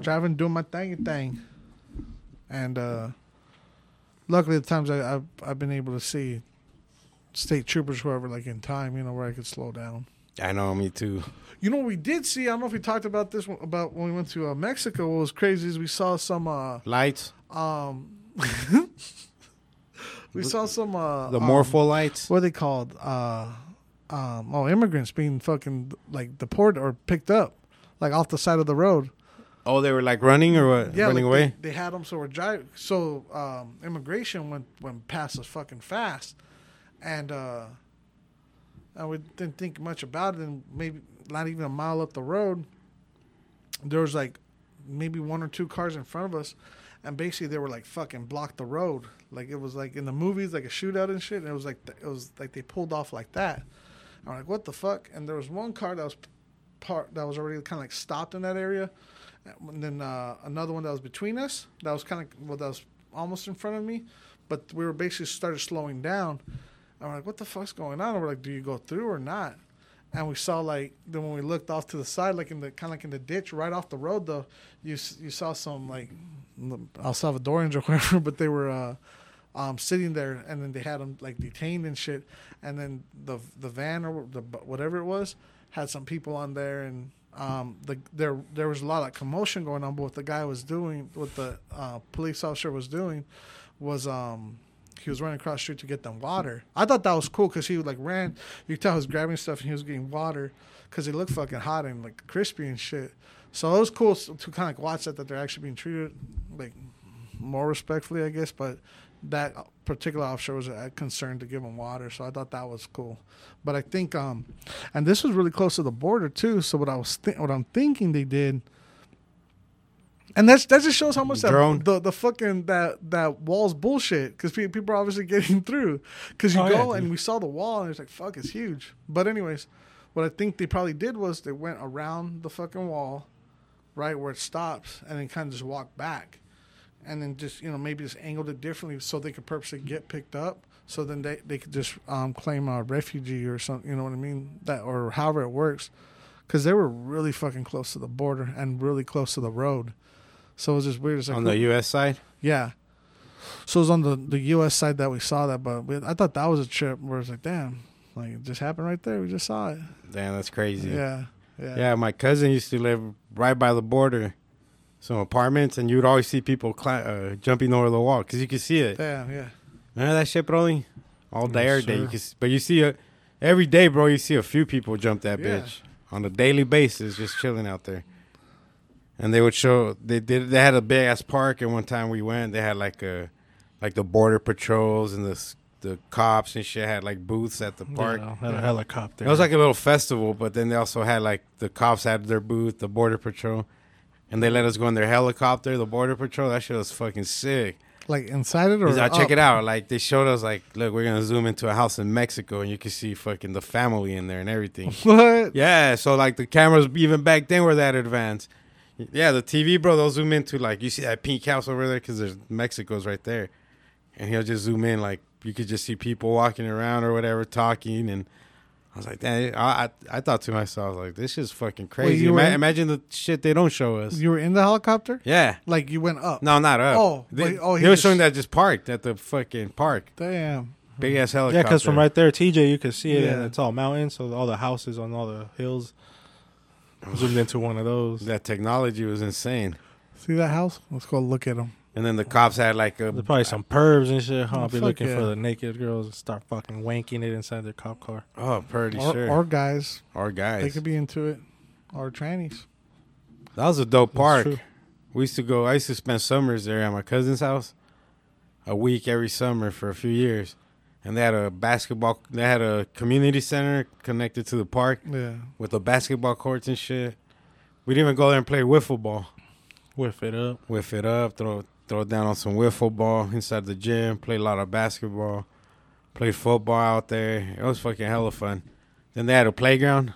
driving, doing my thingy thing. And uh, luckily, the times I, I've, I've been able to see state troopers, whoever, like in time, you know, where I could slow down. I know, me too. You know, what we did see. I don't know if we talked about this one, about when we went to uh, Mexico. What was crazy is we saw some. Uh, Lights, um, we saw some. Uh, the um, morpho lights. what are they called? Uh, um, oh, immigrants being fucking like deported or picked up, like off the side of the road. Oh, they were like running or what? Yeah, running like, away. They, they had them, so we're driving. So um, immigration went went past us fucking fast, and uh, and we didn't think much about it. And maybe not even a mile up the road, there was like maybe one or two cars in front of us, and basically they were like fucking blocked the road. Like it was like in the movies, like a shootout and shit. And it was like th- it was like they pulled off like that. I'm like, what the fuck? And there was one car that was part that was already kind of like stopped in that area, and then uh, another one that was between us that was kind of well that was almost in front of me, but we were basically started slowing down, And we're like, what the fuck's going on? And we're like, do you go through or not? And we saw like then when we looked off to the side, like in the kind of like in the ditch right off the road though, you s- you saw some like El Salvadorians or whoever, but they were. uh um, sitting there, and then they had them like detained and shit. And then the the van or the bu- whatever it was had some people on there, and um, the there there was a lot of commotion going on. But what the guy was doing, what the uh, police officer was doing, was um. He was running across the street to get them water. I thought that was cool because he like ran. You could tell he was grabbing stuff and he was getting water because they looked fucking hot and like crispy and shit. So it was cool s- to kind of like watch that that they're actually being treated like more respectfully, I guess. But that particular officer was uh, concerned to give him water, so I thought that was cool. But I think, um, and this was really close to the border too. So what I was, th- what I'm thinking they did, and that's that just shows how much Drone. that the the fucking that that wall's bullshit because pe- people are obviously getting through because you Oh, yeah, go dude. and we saw the wall and it's like fuck, it's huge. But anyways, what I think they probably did was they went around the fucking wall right where it stops and then kind of just walk back and then just you know maybe just angled it differently so they could purposely get picked up so then they, they could just um, claim a refugee or something you know what i mean that or however it works because they were really fucking close to the border and really close to the road so it was just weird it's like, on the U.S. side. yeah so it was on the, the us side that we saw that but we, i thought that was a trip where it's like damn like it just happened right there we just saw it Damn, that's crazy. yeah yeah Yeah, my cousin used to live right by the border, some apartments, and you would always see people cli- uh, jumping over the wall because you could see it. damn yeah Remember that shit, Broly? All day, Yes, every day. You sir. could, s- but you see a, every day, bro. You see a few people jump that Yeah. bitch on a daily basis, just chilling out there. And they would show they did they had a big ass park, and one time we went, they had like a like the border patrols and the s- the cops and shit had like booths at the park. You know, had a helicopter. It was like a little festival, but then they also had like the cops had their booth, the border patrol, and they let us go in their helicopter, the border patrol. That shit was fucking sick. like inside it or I check up? it out. Like they showed us, like, look, we're gonna zoom into a house in Mexico, and you can see fucking the family in there and everything. what yeah, so like the cameras even back then were that advanced. Yeah, the TV, bro, they'll zoom into like you see that pink house over there because there's Mexico's right there, and he'll just zoom in like you could just see people walking around or whatever talking and. I was like, damn, I, I I thought to myself, like, this is fucking crazy. you were Ima- in- imagine the shit they don't show us. you were in the helicopter Yeah. Like you went up. No, not up. Oh, they, wait, oh, he they were just- showing that just parked at the fucking park. Damn. Big ass helicopter. yeah, because from right there, TJ, you could see it, and Yeah. it's all mountains, so all the houses on all the hills. Zoomed into one of those. that technology was insane. See that house? Let's go look at them. And then the cops had like a There's probably some pervs and shit. Huh? I'll be Fuck looking for yeah. the naked girls and start fucking wanking it inside their cop car. oh, pretty Or, sure or guys, our they guys. could be into it, or trannies. that was a dope That's park. true. We used to go. I used to spend summers there at my cousin's house, a week every summer for a few years. And they had a basketball. They had a community center connected to the park Yeah. with the basketball courts and shit. We'd even go there and play wiffle ball. Whiff it up. whiff it up, throw throw it down on some wiffle ball inside the gym, play a lot of basketball, played football out there. It was fucking hella fun. Then they had a playground.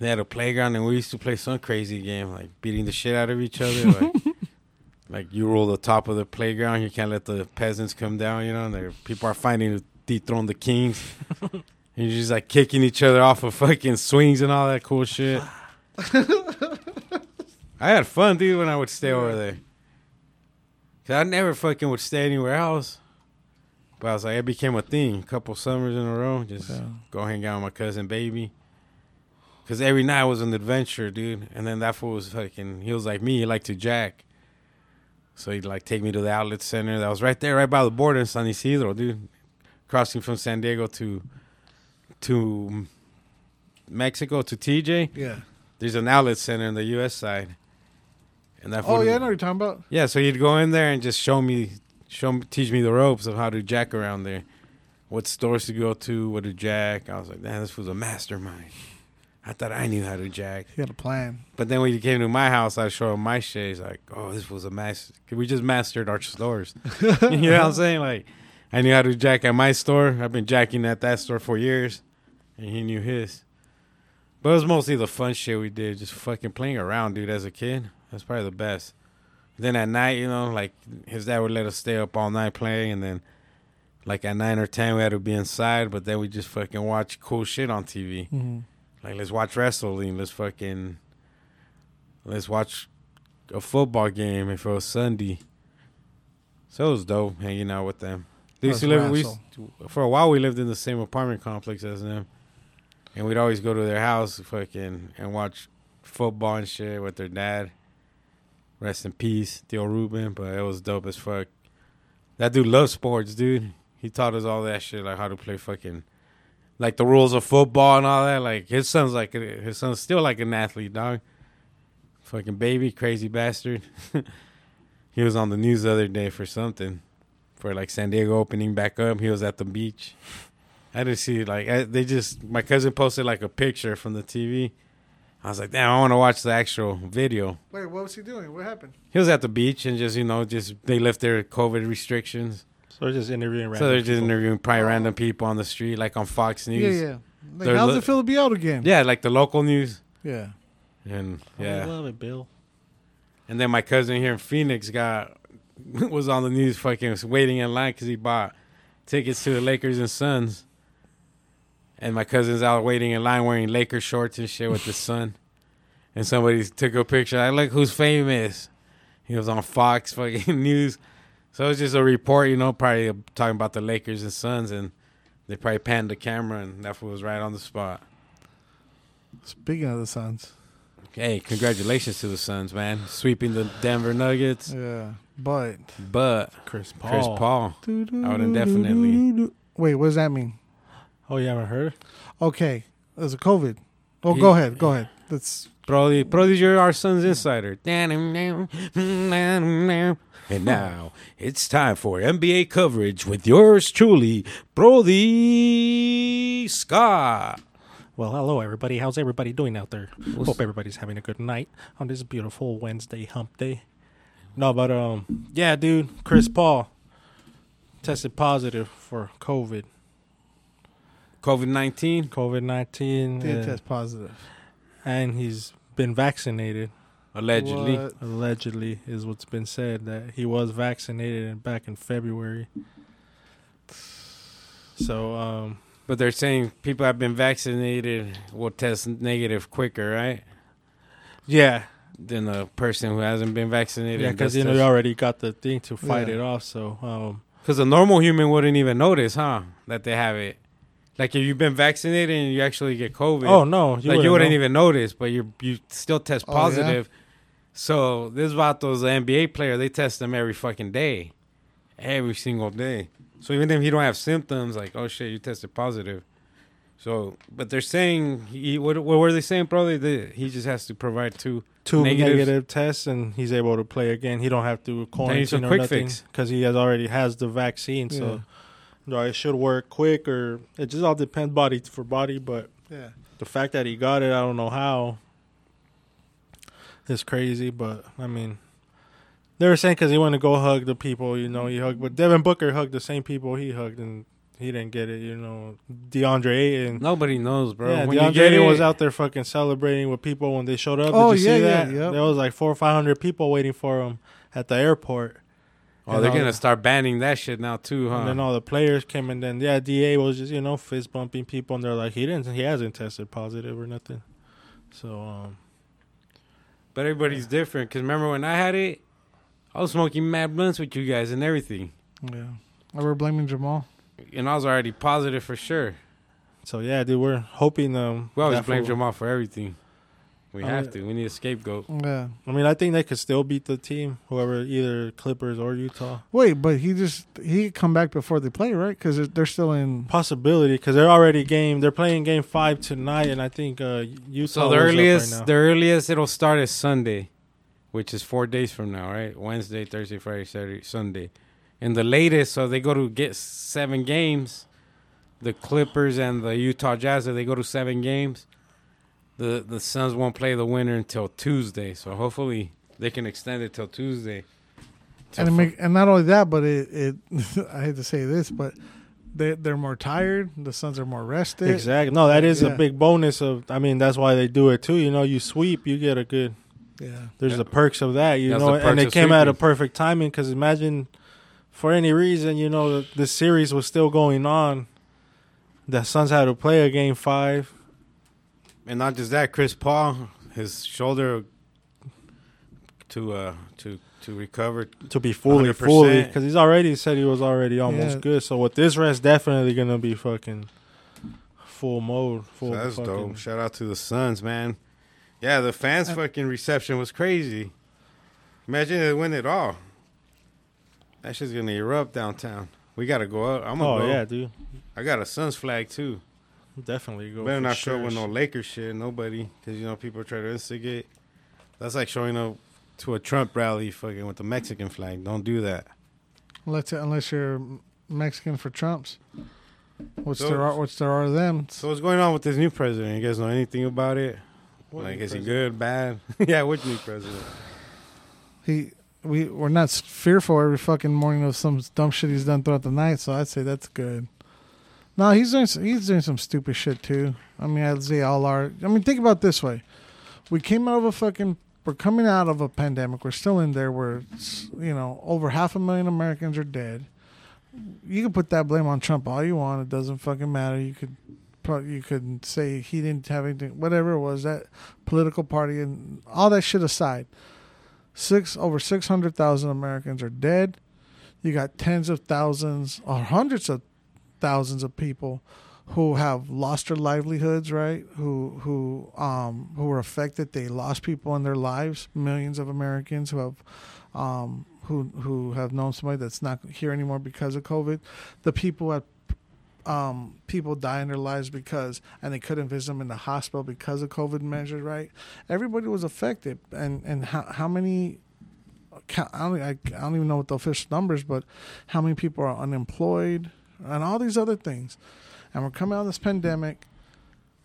They had a playground and we used to play some crazy game, like beating the shit out of each other. Like, like you roll the top of the playground, you can't let the peasants come down, you know, and they're- people are fighting to dethrone the kings. and you're just like kicking each other off of fucking swings and all that cool shit. I had fun, dude, when I would stay over there. Cause I never fucking would stay anywhere else. But I was like, it became a thing. A couple summers in a row, just Yeah. go hang out with my cousin baby. Cause every night was an adventure, dude. And then that fool was fucking. He was like me. He liked to jack. So he'd like take me to the outlet center that was right there, right by the border in San Isidro, dude. Crossing from San Diego to to Mexico to TJ. Yeah. There's an outlet center in the U.S. side, and that. Oh fool- yeah, I know what you're talking about. yeah, so you'd go in there and just show me, show me, teach me the ropes of how to jack around there, what stores to go to, what to jack. I was like, damn, this was a mastermind. I thought I knew how to jack, He had a plan. but then when you came to my house, I showed him my shit. He's like, oh, this was a master. We just mastered our stores. you know what I'm saying? Like, I knew how to jack at my store. I've been jacking at that store for years, and he knew his. But it was mostly the fun shit we did, just fucking playing around, dude. As a kid, that's probably the best. Then at night, you know, like his dad would let us stay up all night playing, and then like at nine or ten, we had to be inside, but then we just fucking watch cool shit on TV. Mhm. Like let's watch wrestling. Let's fucking let's watch a football game if it was Sunday. So it was dope hanging out with them. They used to Let's live, we used to- for a while we lived in the same apartment complex as them, and we'd always go to their house fucking and watch football and shit with their dad. Rest in peace, Theo Ruben. But it was dope as fuck. That dude loves sports, dude. He taught us all that shit, like how to play fucking like the rules of football and all that. Like his son's like a- his son's still like an athlete, dog. Fucking baby, crazy bastard. he was on the news the other day for something, for like San Diego opening back up. He was at the beach. I didn't see like I, they just my cousin posted like a picture from the TV. I was like, damn, I want to watch the actual video Wait, what was he doing? What happened? he was at the beach and just you know just they lift their COVID restrictions, So they're just interviewing so random. they're just people. interviewing probably random people on the street, like on Fox Yeah, News. yeah. Like, They're how does li- it feel to be out again? Yeah, like the local news, Yeah. and I yeah, Oh, love it, Bill. and then my cousin here in Phoenix got was on the news, fucking was waiting in line because he bought tickets to the Lakers and Suns, and my cousin's out waiting in line wearing Laker shorts and shit with the sun, and somebody took a picture. I look who's famous. He was on Fox fucking news. So it's just a report, you know, probably talking about the Lakers and Suns, and they probably panned the camera, and that fool was right on the spot. Speaking of the Suns. Hey, congratulations to the Suns, man, sweeping the Denver Nuggets. Yeah. But. But Chris Paul. Chris Paul, Out indefinitely. Wait, what does that mean? Oh, you haven't heard? Okay. There's a COVID. Oh, He- go ahead. Go ahead. That's. Brody, Brody's your our Suns insider. And now it's time for NBA coverage with yours truly, Brody Scott. Well, hello everybody. How's everybody doing out there? Hope everybody's having a good night on this beautiful Wednesday hump day. No, but um, yeah, dude, Chris Paul tested positive for COVID, COVID nineteen. COVID nineteen, Did and, test positive. and he's been vaccinated. Allegedly. What? Allegedly, is what's been said that he was vaccinated in- back in February. So um, But they're saying people have been vaccinated will test negative quicker, right? yeah, Than a person who hasn't been vaccinated. yeah, because you know you already got the thing to fight it off. So um, Because a normal human wouldn't even notice, huh? That they have it. Like if you've been vaccinated and you actually get COVID. oh no, like you wouldn't know. even notice, but you you still test Oh, yeah? positive. So this Vato's an NBA player. They test him every fucking day, every single day. So even if you don't have symptoms, like oh shit, you tested positive. So, but they're saying he what, what were they saying, bro? They, they, he just has to provide two. two Negatives. negative. tests and he's able to play again. He don't have to needs a quarantine or quick nothing fix. because he has already has the vaccine. So no, it should work quick or it just all depends body for body. But Yeah. the fact that he got it, I don't know how. It's crazy, but I mean, they were saying because he wanted to go hug the people. You know, he hugged, but Devin Booker hugged the same people he hugged and. He didn't get it, you know. DeAndre Ayton, Nobody knows, bro. yeah, when you DeAndre get it, Ayton was out there fucking celebrating with people when they showed up. Oh, Did you yeah, see yeah, that? yep. There was like four or five hundred people waiting for him at the airport. Oh, they're and all- gonna start banning that shit now too, huh? And then all the players came, and then yeah, Da was just you know fist bumping people, and they're like, he didn't, he hasn't tested positive or nothing. So um, But everybody's different. Cause remember when I had it, I was smoking mad blunts with you guys and everything, Yeah. Oh, we're blaming Jamal. and I was already positive for sure. so yeah, dude, we're hoping um, We always that blame fool- Jamal for everything. We Oh, have yeah. to. We need a scapegoat. Yeah. I mean, I think they could still beat the team, whoever, either Clippers or Utah. Wait, but he just he could come back before they play, right? Because they're still in. Possibility because they're already game. They're playing game five tonight, and I think uh, Utah. So the was up right earliest, now. the earliest it'll start is Sunday, which is four days from now, right? Wednesday, Thursday, Friday, Saturday, Sunday, and the latest. So they go to get seven games. The Clippers and the Utah Jazz, if they go to seven games. The the Suns won't play the winner until Tuesday. So hopefully they can extend it till Tuesday. Till And, it make, and not only that, but it, it I hate to say this, but they they're more tired. The Suns are more rested. Exactly. No, that is Yeah. a big bonus of. I mean, that's why they do it too. You know, you sweep, you get a good. Yeah. There's Yeah. the perks of that. You That's know, the and perks it of came at a sweeping. perfect timing because imagine for any reason, you know, the, the series was still going on. The Suns had to play a game five. And not just that, Chris Paul, his shoulder to uh to to recover. to be fully, 100%. fully, because he's already said he was already almost Yeah. good. So with this rest, definitely gonna be fucking full mode. Full So that's fucking, dope. Shout out to the Suns, man. Yeah, the fans' fucking reception was crazy. Imagine they win it all. That shit's gonna erupt downtown. We gotta go up. I'm Oh gonna go. yeah, dude, I got a Suns flag too. definitely go. Better for not show sure. up with no Lakers shit, nobody, because you know people try to instigate. That's like showing up to a Trump rally, fucking with the Mexican flag. Don't do that. Unless, unless you're Mexican for Trumps, which So- there are, which there are them. So what's going on with this new president? You guys know anything about it? What like, new is he president? good, bad? yeah, which new president? He, we, we're not s- fearful every fucking morning of some dumb shit he's done throughout the night. So I'd say that's good. No, he's doing, s- he's doing some stupid shit too. I mean, I'd say all are. I mean, think about it this way: we came out of a fucking, we're coming out of a pandemic. We're still in there. Where it's, you know over half a million Americans are dead. You can put that blame on Trump all you want. It doesn't fucking matter. You could, pro- you could say he didn't have anything. Whatever it was, that political party and all that shit aside six over 600,000 Americans are dead. You got tens of thousands or hundreds of thousands of people who have lost their livelihoods, right? Who who um who were affected, they lost people in their lives, millions of Americans who have um who who have known somebody that's not here anymore because of COVID. The people at um, people die in their lives because, and they couldn't visit them in the hospital because of COVID measures, right? Everybody was affected, and and how how many? ca- I don't, I, I don't even know what the official numbers, but how many people are unemployed and all these other things, and we're coming out of this pandemic,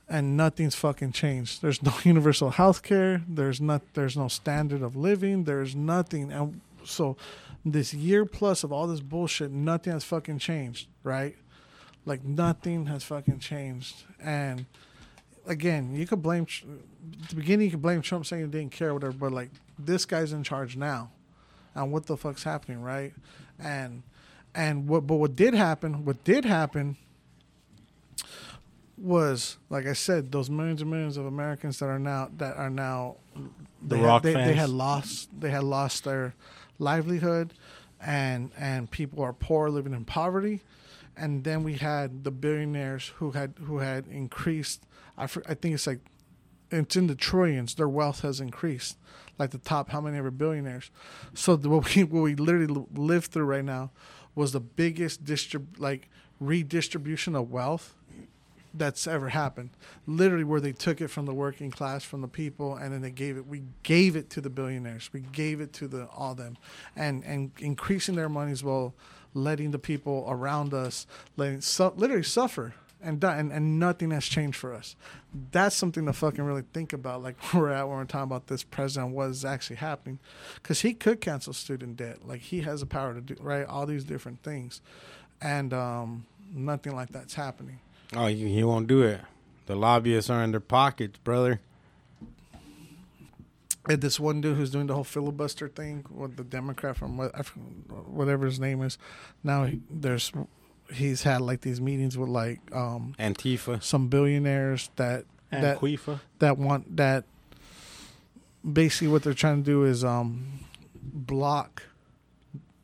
and nothing's fucking changed. There's no universal health care. There's not. There's no standard of living. There's nothing, and so this year plus of all this bullshit, nothing has fucking changed, right? Like nothing has fucking changed. And again, you could blame Tr- at the beginning. You could blame Trump saying he didn't care, or whatever. But like this guy's in charge now, and what the fuck's happening, right? And and what? But what did happen? What did happen? Was like I said, those millions and millions of Americans that are now that are now The they rock had, they, they fans. had lost they had lost their livelihood, and and people are poor, living in poverty and then we had the billionaires who had who had increased I, fr- I think it's like it's in the trillions their wealth has increased like the top how many ever billionaires so the, what we what we literally l- live through right now was the biggest distrib- like redistribution of wealth that's ever happened literally where they took it from the working class from the people and then they gave it we gave it to the billionaires we gave it to the all them and and increasing their money as well letting the people around us letting su- literally suffer and die and, and nothing has changed for us that's something to fucking really think about like where we're at when we're talking about this president what is actually happening because he could cancel student debt like he has the power to do right all these different things and um nothing like that's happening Oh, he, he won't do it. The lobbyists are in their pockets, brother. And this one dude who's doing the whole filibuster thing with the Democrat from what- I forget- whatever his name is. Now he, there's he's had like these meetings with like um, Antifa. some billionaires that and that Quifa. that want that basically what they're trying to do is um block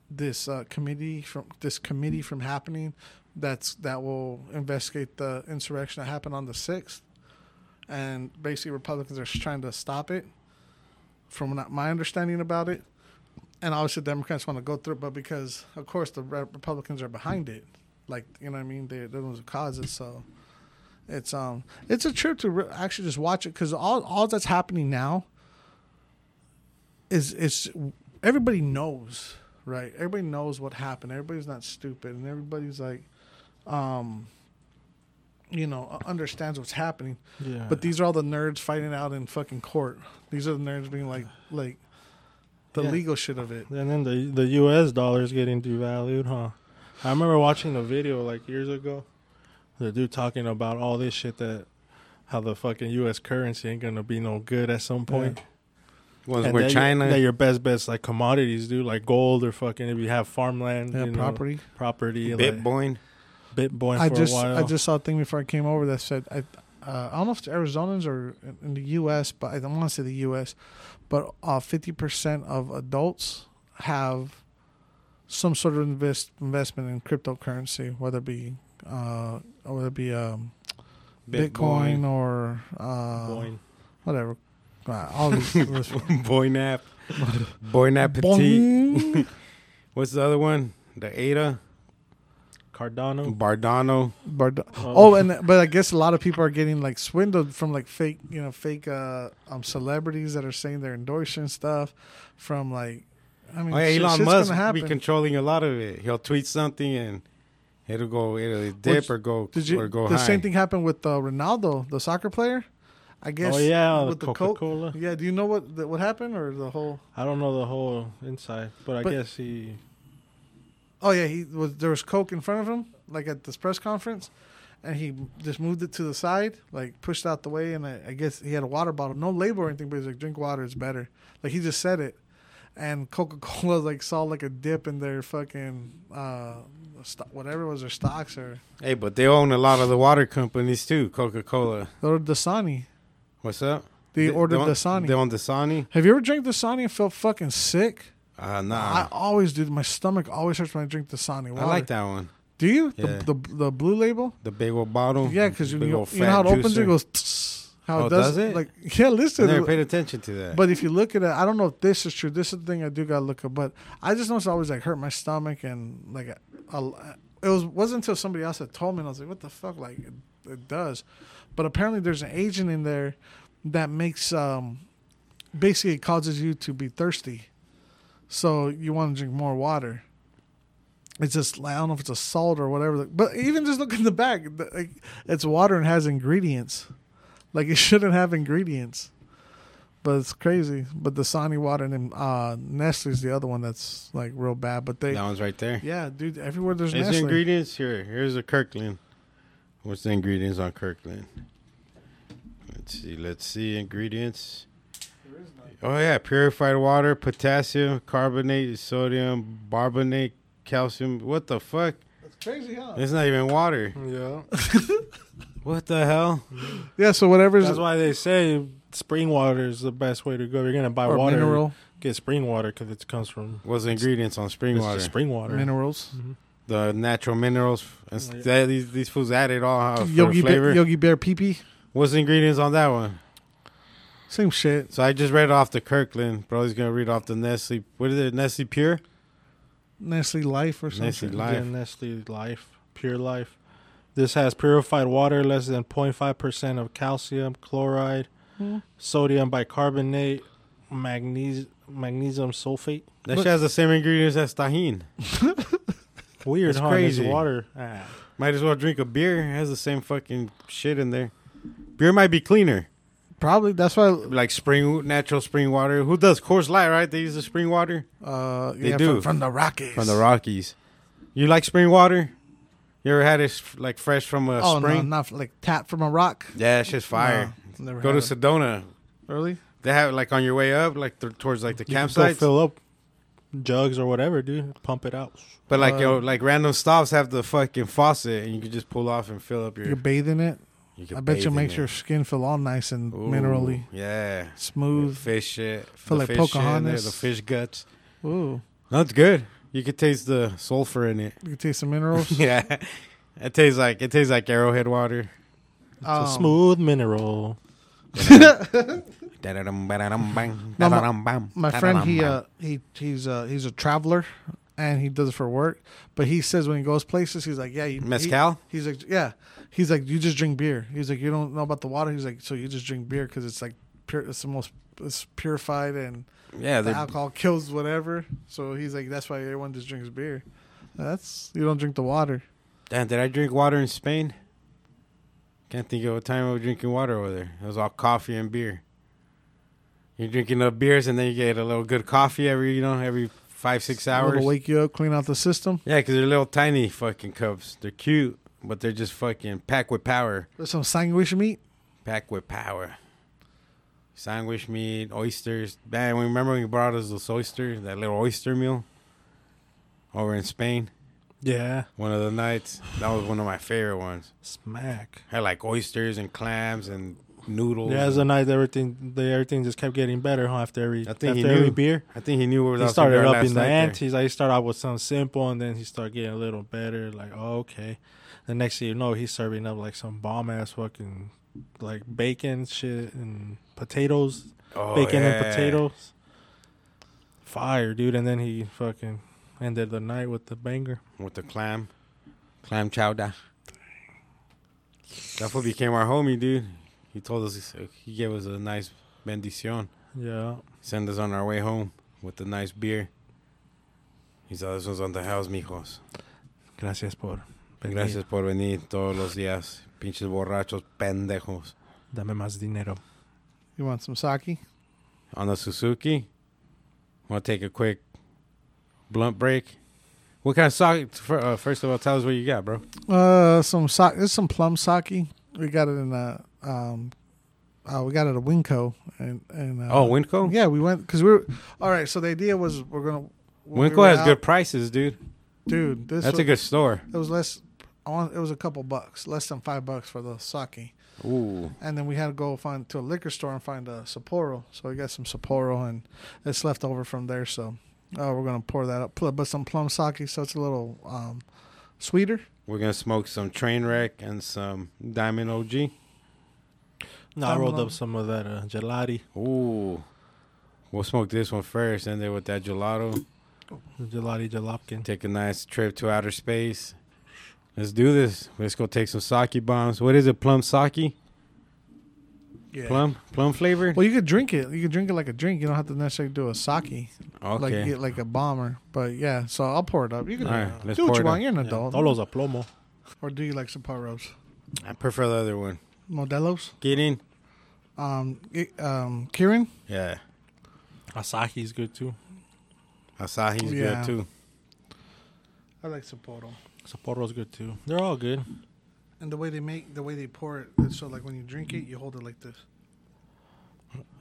this uh, committee from this committee from happening that's that will investigate the insurrection that happened on the 6th and basically republicans are trying to stop it from not my understanding about it and obviously democrats want to go through it but because of course the Re- republicans are behind it like you know what i mean they, they're the ones who cause it so it's um, it's a trip to re- actually just watch it because all all that's happening now is it's everybody knows, right? Everybody knows what happened. Everybody's not stupid, and everybody's like, um, you know, u- understands what's happening. Yeah, But these are all the nerds fighting out in fucking court. These are the nerds being like, like the Yeah. legal shit of it. and then the the U.S. dollar is getting devalued, huh? I remember watching a video like years ago. The dude talking about all this shit that how the fucking U.S. currency ain't gonna be no good at some point. Ones And where they're your- China. they're your best bets like commodities, dude, like gold or fucking if you have farmland, Yeah, you know, property. property, like, Bitcoin. Bitcoin for I just a while. I just saw a thing before I came over that said I uh, I don't know if it's Arizonans or in- in the U.S. but I don't want to say the U.S. but uh, fifty percent of adults have some sort of invest investment in cryptocurrency, whether it be uh, whether it be um, Bitcoin, or uh, Bitcoin. whatever. Uh, all these, Boynap. Boynap Petit. Boing. What's the other one? The Ada. Cardano. Bardano. Bardo- Oh. oh, and but I guess a lot of people are getting like swindled from like fake, you know, fake uh, um celebrities that are saying they're endorsing stuff from like. I mean, Oh, yeah, shit- Elon shit's Musk gonna be happen. controlling a lot of it. He'll tweet something and it'll go it'll dip Which- or go Did you? or go the high. same thing happened with uh, Ronaldo, the soccer player. I guess. Oh yeah, with the the Coca coke. Cola. Yeah. Do you know what the, what happened or the whole? I don't know the whole inside, but I But- guess he. Oh yeah, he was there was coke in front of him, like at this press conference, and he just moved it to the side, like pushed out the way, and I, I guess he had a water bottle, no label or anything, but he's like, "Drink water, it's better." Like he just said it, and Coca Cola like saw like a dip in their fucking uh, st- whatever it was their stocks or Hey, but they own a lot of the water companies too. Coca Cola. or Dasani. What's up? They ordered own, Dasani. They own Dasani. Have you ever drank Dasani and felt fucking sick? Uh, I nah, always do. My stomach always hurts when I drink Dasani I, water. like that one. Do you? Yeah. The, the the blue label. The big old bottle. Yeah, because you, Big you, old you know how it fat opens, it juicer. goes. tss, how Oh, it does, does it? Like yeah, I listen. never paid attention to that. But if you look at it, I don't know if this is true. This is the thing I do gotta look up. But I just noticed I always like hurt my stomach and like I, I- it was wasn't until somebody else had told me and I was like, what the fuck? Like it, it does. But apparently there's an agent in there that makes um basically it causes you to be thirsty, so you want to drink more water. It's just I don't know if it's a salt or whatever. But even just look in the back, the- like, it's water and has ingredients. Like it shouldn't have ingredients. But it's crazy. But the Sani water and then, uh, Nestle's the other one that's like real bad. But they, that one's right there. yeah, dude, everywhere there's It's Nestle. ingredients here. Here's a Kirkland. What's the ingredients on Kirkland? Let's see. Let's see ingredients. Oh yeah, purified water, potassium carbonate, sodium barbonate, calcium. What the fuck? That's crazy, huh? It's not even water. Yeah. What the hell? Yeah. So whatever's That's why they say spring water is the best way to go. If you're gonna buy or water, mineral get spring water because it comes from What's the ingredients on spring it's water? just spring water. minerals. the natural minerals. And Oh, Yeah. that- these these foods added all uh, for Yogi flavor. Bear, Yogi Bear pee pee. What's the ingredients on that one? Same shit. So I just read off the Kirkland. Bro's gonna read off the Nestle. What is it? Nestle Pure. Nestle Life or Nestle something. Life. Yeah, Nestle Life, Pure Life. This has purified water, less than 0.5% of calcium chloride, Hmm. sodium bicarbonate, magnesium magnesium sulfate. That But- shit has the same ingredients as tajin. Weird, That's huh? This crazy. water. Ah. Might as well drink a beer. It has the same fucking shit in there. Beer might be cleaner, Probably that's why. like spring natural spring water. Who does Coors Light? Right? They use the spring water Uh, They yeah, do. From, from the Rockies. from the Rockies. You like spring water? You ever had it s- like fresh from a Oh no, spring? not f- like tap from a rock. Yeah, that shit's fire. No, never Go to had it. Sedona. early. They have it like on your way up, like th- towards like the You can go campsite. fill up jugs or whatever, dude. Pump it out. But like Uh, yo, like random stops have the fucking faucet, and you can just pull off and fill up your. You bathe in it. you can I bet bathe you in makes it. your skin feel all nice and Ooh, minerally Yeah. The smooth. fish shit. Feel the like fish shit in there, Pocahontas. the fish guts. Ooh, That's good. You could taste the sulfur in it. you can taste the minerals. yeah. It tastes like it tastes like arrowhead water. Um, it's a smooth mineral. No, my- my My friend, he uh, he he's uh, he's a traveler, and he does it for work. But he says when he goes places, he's like, yeah, you, mezcal. uh, he- he's like, yeah, he's like, you just drink beer. He's like, you don't know about the water. He's like, so you just drink beer because it's like pure. It's the most it's purified and Yeah, the they're, alcohol kills whatever. So he's like, that's why everyone just drinks beer. That's you don't drink the water. damn. Did I drink water in Spain? Can't think of a time I was drinking water over there. It was all coffee and beer. You're drinking up beers and then you get a little good coffee every you know every five six hours. It'll wake you up, clean out the system. Yeah, because they're little tiny fucking cups. They're cute, but they're just fucking packed with power. There's some sanguish meat. Packed with power. sandwich meat, oysters. Man, we remember when you brought us those oysters, that little oyster meal over in Spain. Yeah. One of the nights, that was one of my favorite ones. Smack. Had like oysters and clams and noodles. Yeah, as the and- night everything the everything just kept getting better, huh? After every I think he after every knew. beer. I think he knew where He that started was up in the ante. antes. I start out with something simple, and then he started getting a little better. Like, oh, okay. The next thing you know, he's serving up like some bomb ass fucking like bacon shit and potatoes, Oh, bacon and yeah. potatoes. Fire, dude! And then he fucking ended the night with the banger. with the clam, clam chowder. That fool became our homie, dude. He told us he gave us a nice bendición. Yeah, Send us on our way home with a nice beer. He said, "This one's on the house, mijos. gracias por. venir. Gracias por venir todos los días, pinches borrachos pendejos." Dame más dinero. You want some sake? On the Suzuki, want to take a quick blunt break. What kind of sake? fir- uh, First of all, tell us what you got, bro. Uh, some sake. There's some plum sake. We got it in a um, uh, we got it at Winco and and uh, Oh, Winco. yeah, we went because we were all right. So the idea was we're gonna when we Winco were has out- good prices, dude. dude. This That's was, a good store. It was less. I want- It was a couple bucks, less than five bucks for the sake, Ooh. and then we had to go find to a liquor store and find a Sapporo. So we got some Sapporo and it's left over from there. So uh, we're gonna pour that up, Pl- but some plum sake, so it's a little um, sweeter. We're gonna smoke some train wreck and some diamond OG. No, I rolled Tamalo. up some of that uh, gelati, Ooh. We'll smoke this one first, and then with that gelato, gelati jalopkin. take a nice trip to outer space. Let's do this. Let's go take some sake bombs. What is it? Plum sake? Yeah. Plum? Plum flavored? Well, you could drink it. You could drink it like a drink. You don't have to necessarily do a sake, like you Okay. get like a bomber. But yeah, so I'll pour it up. You can All right, let's do what pour you it want. up. You're an Yeah, adult. Todos a plomo. or do you like Sapporo's, I prefer the other one. Modelo's, Get in? um, i- um, Kieran? Yeah. Asahi's good too. Asahi's Yeah. good too. I like Sapporo. Sapporo's good too. They're all good. And the way they make, the way they pour it, is so like when you drink it, you hold it like this,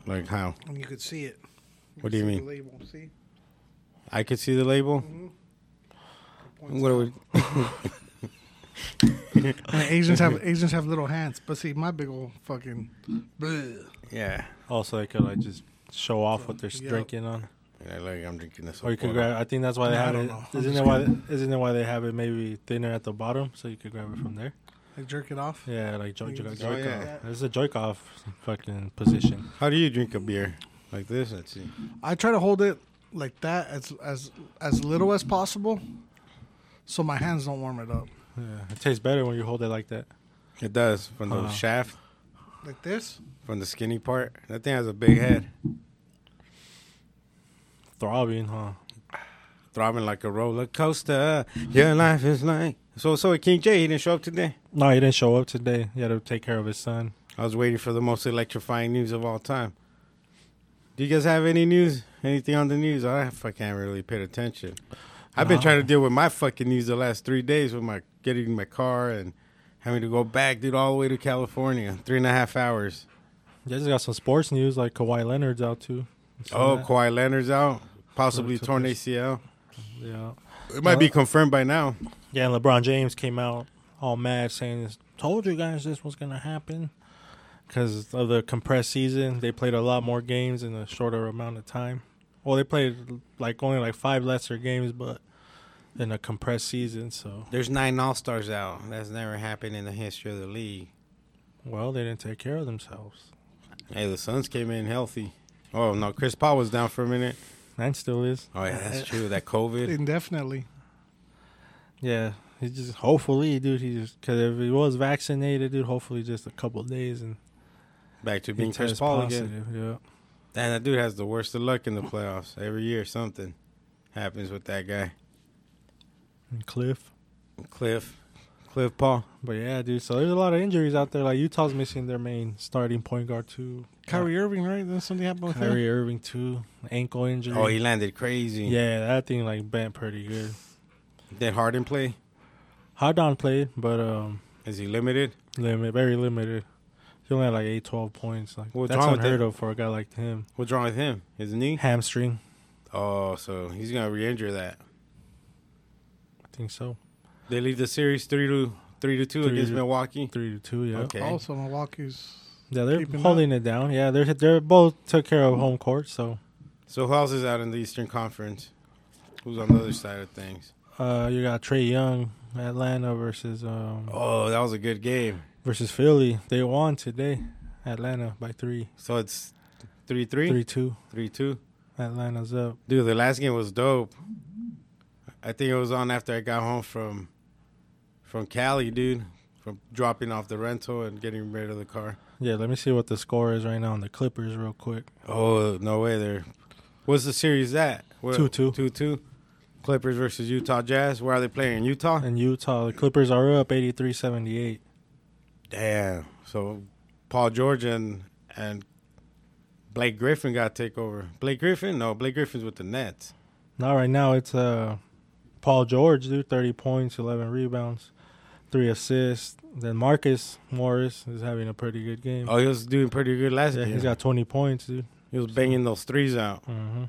Like how? and you could see it. What could do you see mean? The label. See. I could see the label. Points What are out. we? And Asians have Asians have little hands, but see my big old fucking. Bleh. Yeah. Also, they could like just show off what they're Yeah. drinking on, Yeah, like I'm drinking this. or Oh, you could Sapporo. grab. I think that's why they No, I have don't it. know. I'm Isn't just it why? Isn't it why they have it maybe thinner at the bottom, so you could grab it from there? Like jerk it off. Yeah, like joke, joke, just Oh, joke yeah. off. It's a joke off fucking position. How do you drink a beer? Like this? Let's see. I try to hold it like that as as as little as possible, so my hands don't warm it up. Yeah, it tastes better when you hold it like that. It does from the Huh. shaft. Like this. from the skinny part. That thing has a big head, Throbbing, huh? throbbing like a roller coaster. Your life is like so. So King J, he didn't show up today. No, he didn't show up today. He had to take care of his son. I was waiting for the most electrifying news of all time. Do you guys have any news? Anything on the news? I fucking haven't really paid attention. I've been No. trying to deal with my fucking news the last three days with my getting in my car and having to go back, dude, all the way to California, three and a half hours. They just got some sports news, like Kawhi Leonard's out too. So Oh, that- Kawhi Leonard's out, possibly took torn this- ACL. yeah. It might be confirmed by now. Yeah, and LeBron James came out all mad saying, "Told you guys this was gonna happen." Because of the compressed season, they played a lot more games in a shorter amount of time. Well, they played like only like five lesser games, but in a compressed season. So, There's nine All Stars out. That's never happened in the history of the league. well, they didn't take care of themselves, Hey, the Suns came in healthy. Oh no, Chris Paul was down for a minute. and still is. Oh yeah, that's true. That COVID. Indefinitely. Yeah, he just hopefully, dude. He just because if he was vaccinated, dude, hopefully just a couple days and Back to he being Chris tests Paul again. positive, Yeah. Damn, that dude has the worst of luck in the playoffs. Every year something happens with that guy. And Cliff. Cliff. Cliff Paul. But yeah, dude. So there's a lot of injuries out there. Like Utah's missing their main starting point guard too. Kyrie Oh. Irving, right? Then something happened with him. Kyrie Irving too, ankle injury. Oh, he landed crazy. yeah, that thing like bent pretty good. Did Harden play? Hardon played, but um, Is he limited? limit very limited. He only had like eight, twelve points. Like What's that's wrong with unheard that? of for a guy like him. What's wrong with him? His knee? Hamstring, Oh, so he's gonna re-injure that. I think so. They lead the series three to three to two Three against to- Milwaukee. Three to two. Yeah. Okay. Also, Milwaukee's Yeah, they're Keeping holding it down. Yeah, they're they're both took care of home court. So So who else is out in the Eastern Conference? Who's on the other side of things? uh, you got Trey Young, Atlanta versus um, Oh, that was a good game. versus Philly. They won today. Atlanta by three, So it's three three three two. three two. Atlanta's up. Dude, the last game was dope. I think it was on after I got home from from Cali, dude. From dropping off the rental and getting rid of the car. Yeah, let me see what the score is right now on the Clippers real quick. Oh no way! There, what's the series at? What- 2-2. Two two. Clippers versus Utah Jazz. Where are they playing? In Utah. And Utah, the Clippers are up 83-78. Damn. So Paul George and and Blake Griffin got takeover. Blake Griffin? No, Blake Griffin's with the Nets. Now right now it's uh Paul George, dude, 30 points, 11 rebounds, 3 assists. Then Marcus Morris is having a pretty good game. Oh, he was doing pretty good last yeah, game. he's got 20 points, dude. he was banging those threes out. hmm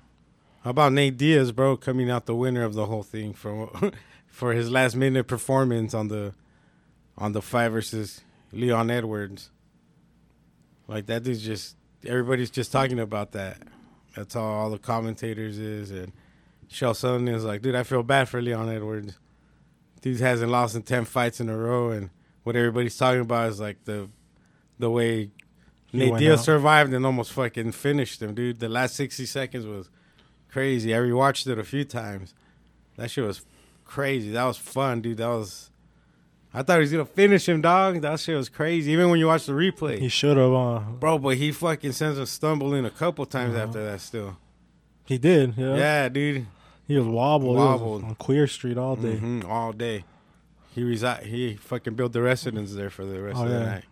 How about Nate Diaz, bro, coming out the winner of the whole thing from for his last minute performance on the on the five versus Leon Edwards. Like that dude's just everybody's just talking about that. That's all all the commentators is and Shel Sutton is like, dude, I feel bad for Leon Edwards. Dude hasn't lost in ten fights in a row and what everybody's talking about is like the the way He Nate went Diaz out. survived and almost fucking finished him, dude. The last sixty seconds was crazy. I rewatched it a few times. That shit was crazy. That was fun, dude. That was. I thought he was gonna finish him, dog. That shit was crazy. Even when you watch the replay, He should have uh bro. But he fucking sends him stumbling a couple times Uh-huh. after that. Still, he did. Yeah. yeah, dude. He was wobbled. He was Wobbled. on Queer Street all day. Mhm, all day. He resi- He fucking built the residence there for the rest Oh, of the yeah. night.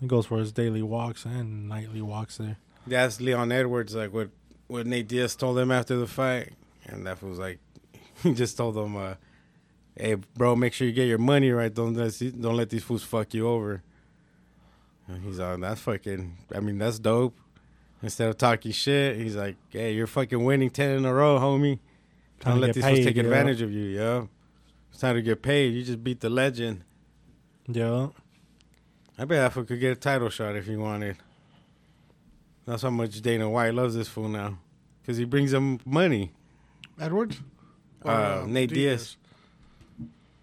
He goes for his daily walks and nightly walks there. That's Leon Edwards, like what what Nate Diaz told him after the fight, and that was like he just told him, uh, "Hey, bro, make sure you get your money right. Don't let don't let these fools fuck you over." And he's on that's fucking. I mean, that's dope. Instead of talking shit, he's like, "Hey, you're fucking winning ten in a row, homie. Trying Don't to let get these fools paid, take yeah. advantage of you, yo. It's time to get paid. You just beat the legend. Yeah. I bet that fool could get a title shot if he wanted. That's how much Dana White loves this fool now, because he brings him money. Edwards. Uh, Nate Diaz.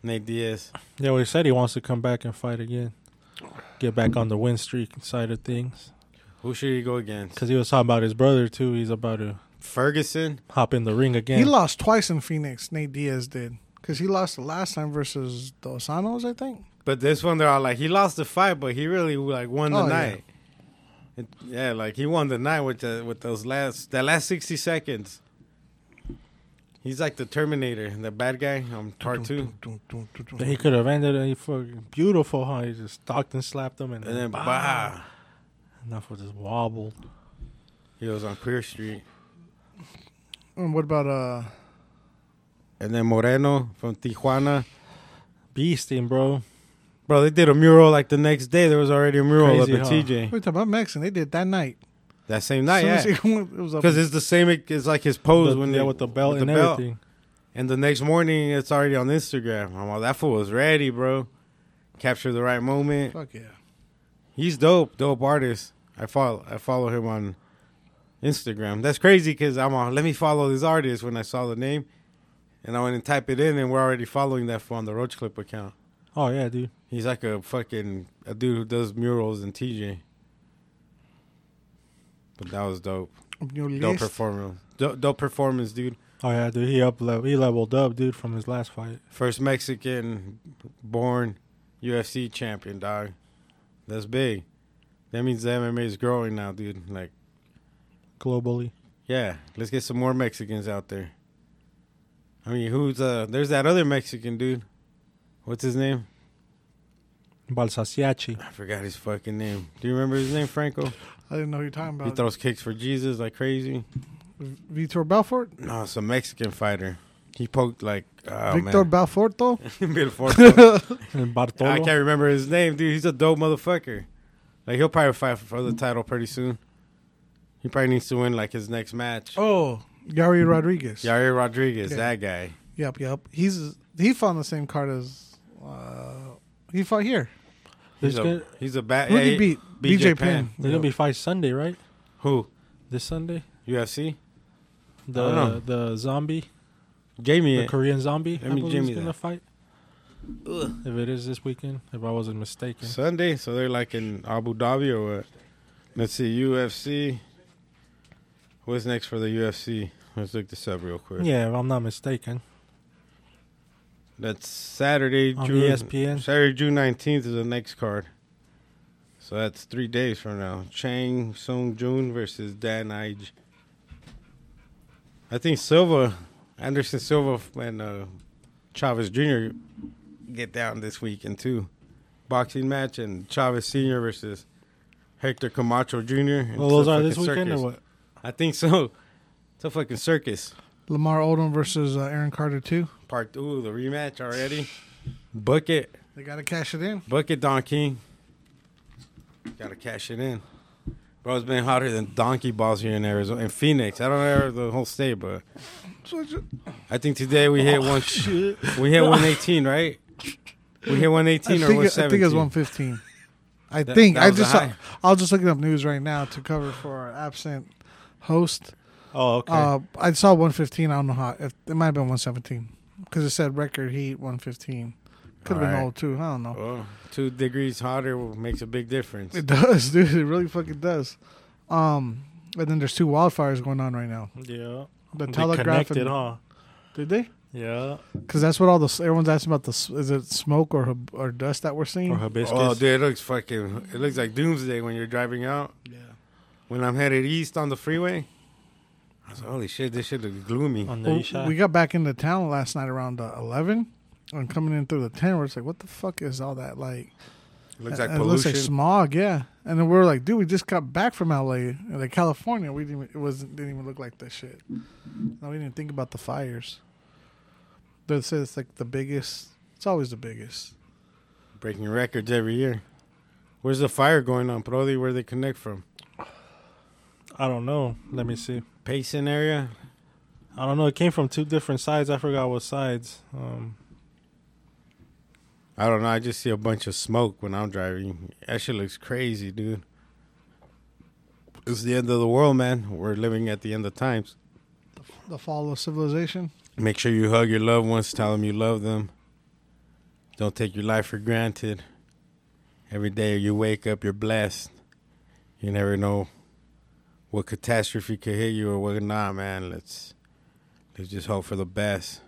Nate Diaz. Yeah, well, he said he wants to come back and fight again. Get back on the win streak side of things. Who should he go against? Because he was talking about his brother, too. He's about to Ferguson. hop in the ring again. He lost twice in Phoenix. Nate Diaz did because he lost the last time versus Dos Anjos, I think. But this one, they're all like, he lost the fight, but he really like won the Oh, yeah. night. It- Yeah. like he won the night with the with those last that last sixty seconds. He's like the Terminator, the bad guy on part two. he could have ended it. He fucking beautiful, huh? He just stalked and slapped him, and, And then bah, Enough with this wobble. he was on Queer Street. And what about uh? And then Moreno from Tijuana. Beasting, bro. Bro, they did a mural like the next day. There was already a mural Crazy, up at huh? TJ Wait, about Mexican? They did that night. that same night. As soon Yeah, as he went- it was up. because it's the same. It's like his pose The- when yeah, they with the belt and everything. And the next morning, it's already on Instagram. I'm like, that fool was ready, bro. Capture the right moment. Fuck yeah. He's dope, dope artist. I follow, I follow him on Instagram. That's crazy because I'm on. Let me follow this artist when I saw the name, and I went and type it in, and we're already following that fool on the Roach Clip account. Oh, yeah, dude. He's like a fucking a dude who does murals in TJ. But that was dope. On your Dope list. performance. Do- dope performance, dude. Oh, yeah, dude. He up level. He leveled up, dude, from his last fight. First Mexican born UFC champion, dog. That's big. That means the MMA is growing now, dude. Like, Globally. yeah, let's get some more Mexicans out there. I mean, who's uh? There's that other Mexican dude. What's his name? Balsaciachi. I forgot his fucking name. Do you remember his name, Franco? I didn't know who you're talking He about. throws kicks for Jesus like crazy. Vitor Belfort. No, it's a Mexican fighter. He poked like oh, Victor man. Belfort though. Bill Forte. And I Bartolo. can't remember his name, dude. He's a dope motherfucker. Like he'll probably fight for the title pretty soon. He probably needs to win like his next match. Oh, Yari Rodriguez. Yair Rodriguez, Yeah. that guy. Yep, yep. He's he fought on the same card as uh, he fought here. He's There's gonna, a, he's a bad. Who did he beat? BJ Penn. there's gonna be fight Sunday, right? Who? This Sunday, UFC? the I don't know. the zombie, Jamie. the Korean zombie, Let I, me believe Jimmy is gonna that. fight. If it is this weekend, if I wasn't mistaken, Sunday, so they're like in Abu Dhabi or what? Let's see, UFC. What's next for the UFC? Let's look this up real quick. yeah, if I'm not mistaken, That's Saturday, on E June. ESPN. Saturday, June nineteenth is the next card. So that's three days from now. Chang Sung Jun versus Dan Ige. I think Silva, Anderson Silva and uh, Chavez Jr. get down this weekend too. Boxing match and Chavez Sr. versus Hector Camacho Jr. and Well, it's a those are fucking this weekend circus. or what? I think so. It's a fucking circus. Lamar Odom versus uh, Aaron Carter too. Part two, the rematch already. Bucket. They gotta cash it in. Bucket Don King. Gotta cash it in. Bro, it's been hotter than donkey balls here in Arizona. In Phoenix. I don't know the whole state, but So it's- I think today we hit one Shit. we hit one eighteen, right? We hit one I eighteen or think, one it- I think seventeen. it's 115. I That- think that I was a just saw, high. I'll just look it up news right now to cover for our absent host. Oh, okay. Uh, I saw 115. I don't know how. If, it might have been 117 because it said record heat 115. Could have been Alright. old too. I don't know. Oh, two degrees hotter makes a big difference. It does, dude. It really fucking does. Um, and then there's two wildfires going on right now. yeah, The They telegraph. connected, And, huh? Did they? Yeah, Because that's what all the everyone's asking about. The s- is it smoke or hib- or dust that we're seeing? or hibiscus. oh dude, it looks fucking it looks like doomsday when you're driving out. yeah. When I'm headed east on the freeway. I was like, holy shit, this shit looks gloomy. on the Well, Isha. we got back into town last night around uh, 11 and coming in through the 10 we're just like what the fuck is all that like It looks Uh, like it looks pollution. like smog yeah and then we were like dude we just got back from la and, like california we didn't even- it wasn't didn't even look like that shit no we didn't think about the fires they say it's like the biggest it's always the biggest Breaking records every year. Where's the fire going on, Brody? Where they connect from? I don't know. Let me see. Payson area? I don't know. It came from two different sides. I forgot what sides. Um, I don't know. I just see a bunch of smoke when I'm driving. That shit looks crazy, dude. It's the end of the world, man. We're living at the end of times. the fall of civilization Make sure you hug your loved ones. Tell them you love them. Don't take your life for granted. Every day you wake up, you're blessed. You never know what catastrophe could hit you or what not, man. Let's let's just hope for the best.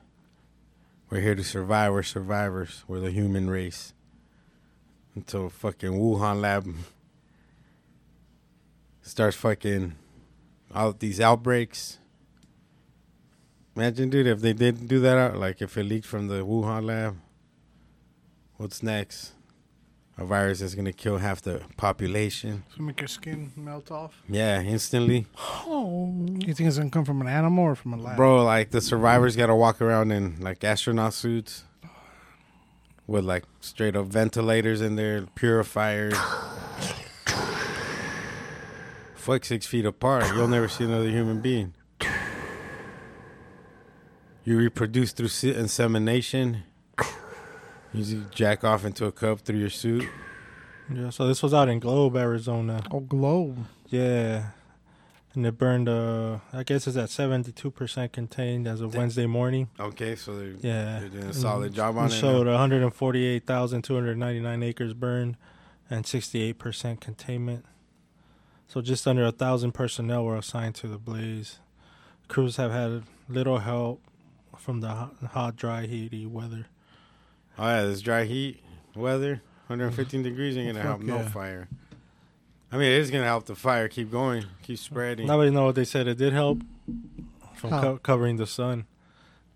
We're here to survive. We're survivors. We're the human race. Until fucking Wuhan lab starts fucking all these outbreaks. Imagine, dude, if they didn't do that out, like if it leaked from the Wuhan lab, what's next? A virus that's gonna kill half the population. to make your skin melt off Yeah, instantly, oh you think it's gonna come from an animal or from a lab bro. Like the survivors gotta walk around in like astronaut suits with like straight up ventilators in there, purifiers. Fuck six feet apart. You'll never see another human being. You reproduce through se- insemination. You just jack off into a cup through your suit. yeah. So this was out in Globe, Arizona. oh globe Yeah. And it burned. Uh, I guess it's at seventy-two percent contained as of Wednesday morning. Okay, so they're, Yeah. they're doing a solid job on It it. showed now. one hundred and forty-eight thousand two hundred ninety-nine acres burned, and sixty-eight percent containment. So just under a thousand personnel were assigned to the blaze. Crews have had little help from the hot, hot dry, heaty weather. Oh yeah, this dry heat, weather, 115 degrees ain't gonna Fuck help no yeah. fire. I mean, it is gonna help the fire keep going, keep spreading. Nobody know what they said. It did help from How? co- covering the sun.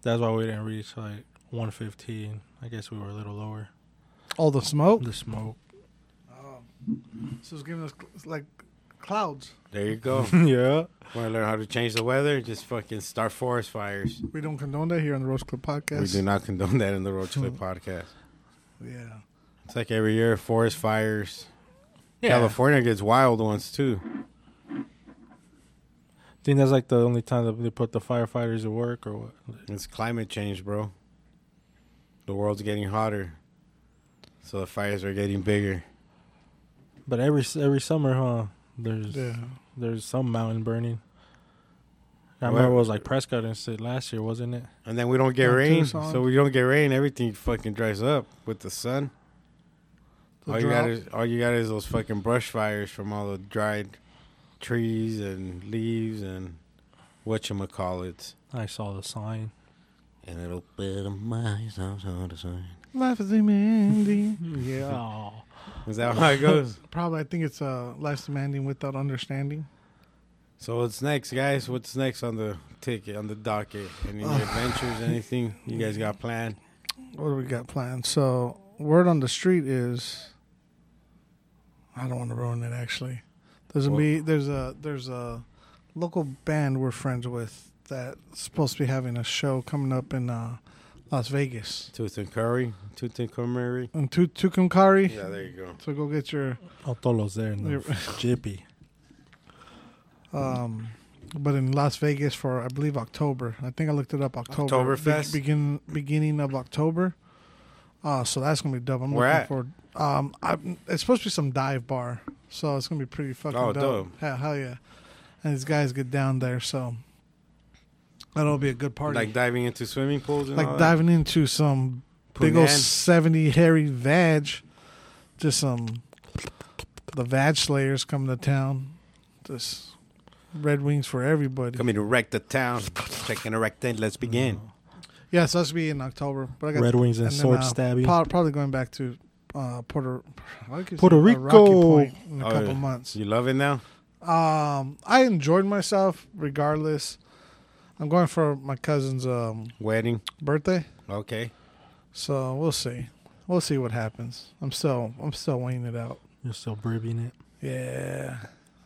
That's why we didn't reach like 115. I guess we were a little lower. all the smoke The smoke. Um, so it's giving us like clouds There you go. yeah. Want to learn how to change the weather? Just fucking start forest fires. We don't condone that here on the Rose Club podcast. We do not condone that in the Road Trip podcast. Yeah. It's like every year, forest fires, Yeah. California gets wild ones too. think that's like the only time that they put the firefighters to work or what. It's climate change, bro. The world's getting hotter, so the fires are getting bigger. But every every summer, huh? There's Yeah. there's some mountain burning. I Well, remember it was like Prescott and shit last year, wasn't it? And then we don't get Not too rain, solid. so we don't get rain. Everything fucking dries up with the sun. The all you got drought. is all you got is those fucking brush fires from all the dried trees and leaves and whatchamacallits. I saw the sign. And it'll be the mice on the sign. Life is demanding. Yeah. Is that how it goes? Probably, I think it's uh, life's demanding without understanding. so what's next, guys? What's next on the ticket, on the docket? Any adventures, anything you guys got planned? What do we got planned? So, word on the street is, I don't want to ruin it. Actually, there's a Well- be there's a there's a local band we're friends with that's supposed to be having a show coming up in uh, Las Vegas Tutankhamun, Tutankhamun. in Tu- Tucumcari. Yeah, there you go. So go get your Otolo's oh, there in the You're- jippy. um, but in Las Vegas for I believe October. I think I looked it up. October. Oktoberfest? begin beginning of October. Uh, so that's gonna be dope. I'm Where looking at? forward. Um, I'm, it's supposed to be some dive bar, so it's gonna be pretty fucking Oh, dope. dope. Hell, hell yeah! And these guys get down there, so that'll be a good party. Like uh, diving into swimming pools and Like all diving into some that? big old Punan. seventy hairy vag, just some the vag slayers coming to town, just red wings for everybody. Coming to wreck the town. Checking a rectangle. Let's begin. Yeah, so that's be in October. But I got Red Wings and, and then, sword uh, stabbing. prob- probably going back to uh, Puerto I could say, Puerto uh, Rocky Rico. Point in a Oh, couple yeah. months. You love it now? Um, I enjoyed myself regardless. I'm going for my cousin's um, Wedding. birthday, Okay. so we'll see. We'll see what happens. I'm still I'm still weighing it out. You're still bribbing it. Yeah,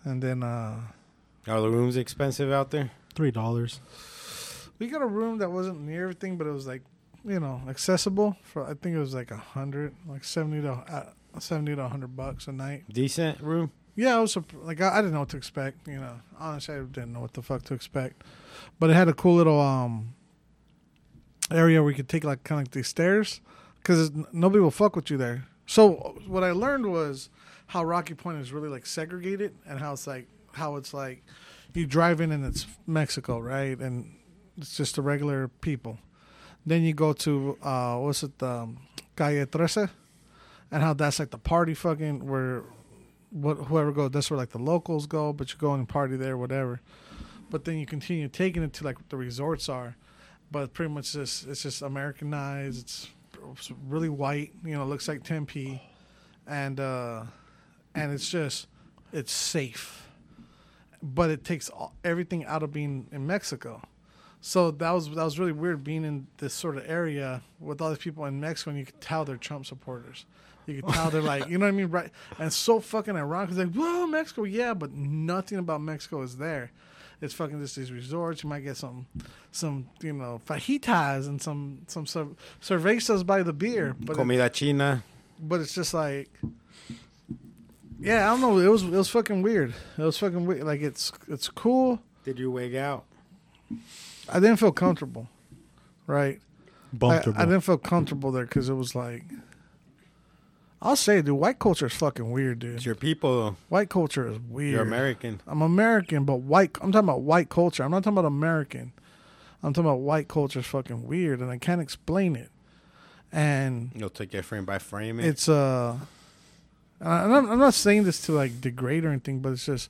and then uh, Are the rooms expensive out there? Three dollars. we got a room that wasn't near everything, but it was like you know accessible for. I think it was like a hundred, like seventy to uh, seventy to hundred bucks a night. Decent room? Yeah, I was surp- like I, I didn't know what to expect. You know, honestly, I didn't know what the fuck to expect. But it had a cool little um area where you could take like kind of like these stairs because nobody will fuck with you there. So what I learned was how Rocky Point is really like segregated and how it's like how it's like you drive in and it's Mexico, right? And it's just the regular people. Then you go to uh what's it um, Calle Trece, and how that's like the party fucking where what whoever goes that's where like the locals go but you go and party there whatever but then you continue taking it to like what the resorts are but pretty much just it's just americanized it's, it's really white you know looks like tempe and uh and it's just it's safe but it takes all, everything out of being in mexico so that was that was really weird being in this sort of area with all these people in Mexico, and you could tell they're Trump supporters. You could tell they're like, you know what I mean, right? And it's so fucking ironic. It's like, whoa, Mexico, yeah, but nothing about Mexico is there. It's fucking just these resorts. You might get some, some you know fajitas and some some cer- cervezas by the beer, but it- Comida China. but it's just like yeah i don't know it was it was fucking weird it was fucking weird like it's it's cool Did you wig out? i didn't feel comfortable right I, Comfortable. I didn't feel comfortable there because it was like i'll say dude white culture is fucking weird It's dude your people, white culture is though. weird You're American. i'm american but white i'm talking about white culture i'm not talking about american i'm talking about white culture is fucking weird and i can't explain it and You'll take your frame by frame. It. it's uh and I'm, I'm not saying this to like degrade or anything but it's just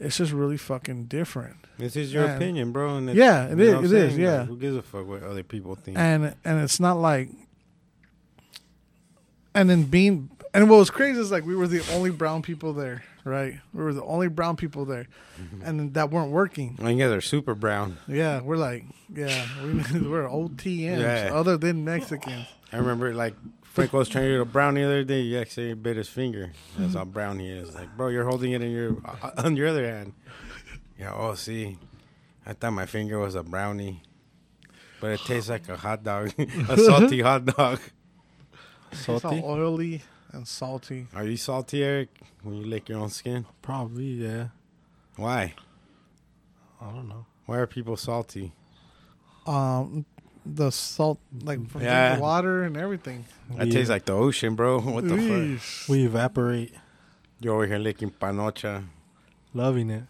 it's just really fucking different This is your and- opinion, bro. And Yeah, it you know is- what I'm it is, saying? yeah. Like, who gives a fuck what other people think? and and it's not like and then being and what was crazy is like we were the only brown people there right we were the only brown people there Mm-hmm. and then that weren't working I guess they're super brown. yeah we're like yeah we, we're otms Yeah. other than mexicans I remember like Franco was trying to get a brown the other day. He actually bit his finger. That's how brown he is. Like, bro, you're holding it in your uh, on your other hand. Yeah. Oh, see, I thought my finger was a brownie, but it tastes like a hot dog, a salty hot dog. it's all Salty. oily and salty. Are you salty, Eric? When you lick your own skin? Probably, yeah. Why? I don't know. Why are people salty? Um, the salt like from Yeah. the water and everything. That We- tastes like the ocean, bro. What the fuck? Eesh. We evaporate, You're over here licking panocha. loving it.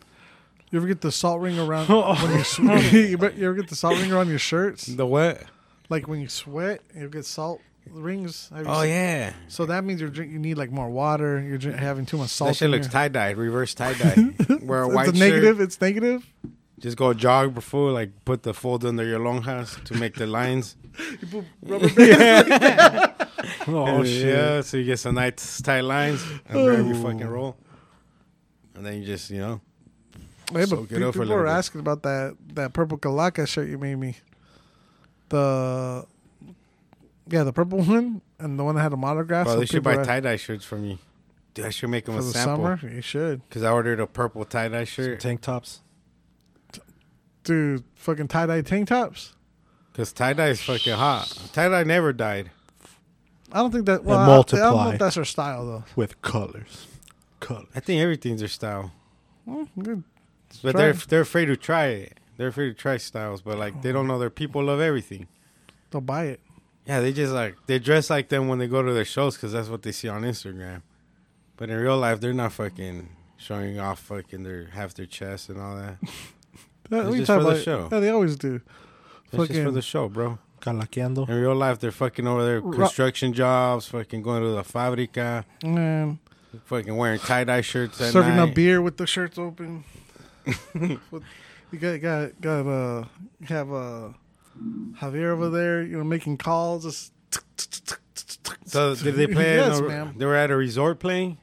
You ever get the salt ring around when you Oh. sweat? you bet- you ever get the salt ring around your shirts? The what? Like when you sweat, you get salt rings. Have you Oh seen- yeah, So that means you're drink, you need like more water. You're drink, having too much salt. that shit in looks your- tie dye, reverse tie dye. Wear a It's white a shirt. negative. It's negative. Just go jog before, like put the fold under your longhas to make the lines. You put rubber bands. Oh Oh, Yeah, shit! so you get some nice tight lines under every fucking roll, and then you just you know Hey, So but get pe- off a people little were bit. asking about that that purple calaca shirt you made me. The yeah, the purple one and the one that had a monograph. Bro, so they should people buy were- tie dye shirts for me. Dude, I should make them for a the sample summer. You should, because I ordered a purple tie dye shirt. Tank tops. dude. Fucking tie dye tank tops. Because tie dye is fucking hot. Tie dye never died. I don't think that. Well, I- I, don't know multiply. if that's her style though. with colors. Color. I think everything's their style, Well, good. but Try they're it. they're afraid to try it. They're afraid to try styles, but like they don't know their people love everything. They'll buy it. Yeah, they just like they dress like them when they go to their shows because that's what they see on Instagram. But in real life, they're not fucking showing off fucking their half their chest and all that. That, It's we just talk for the about it. show. Yeah, they always do. That's just for Fucking- the show, bro. Calaqueando. In real life, they're fucking over there Ru- construction jobs, fucking going to the fabrica, Man, fucking wearing tie dye shirts. At serving night. up beer with the shirts open. With- you got got got uh have uh Javier over there, you know, making calls. Just So did they play? Yes, in a- ma'am. They were at a resort playing.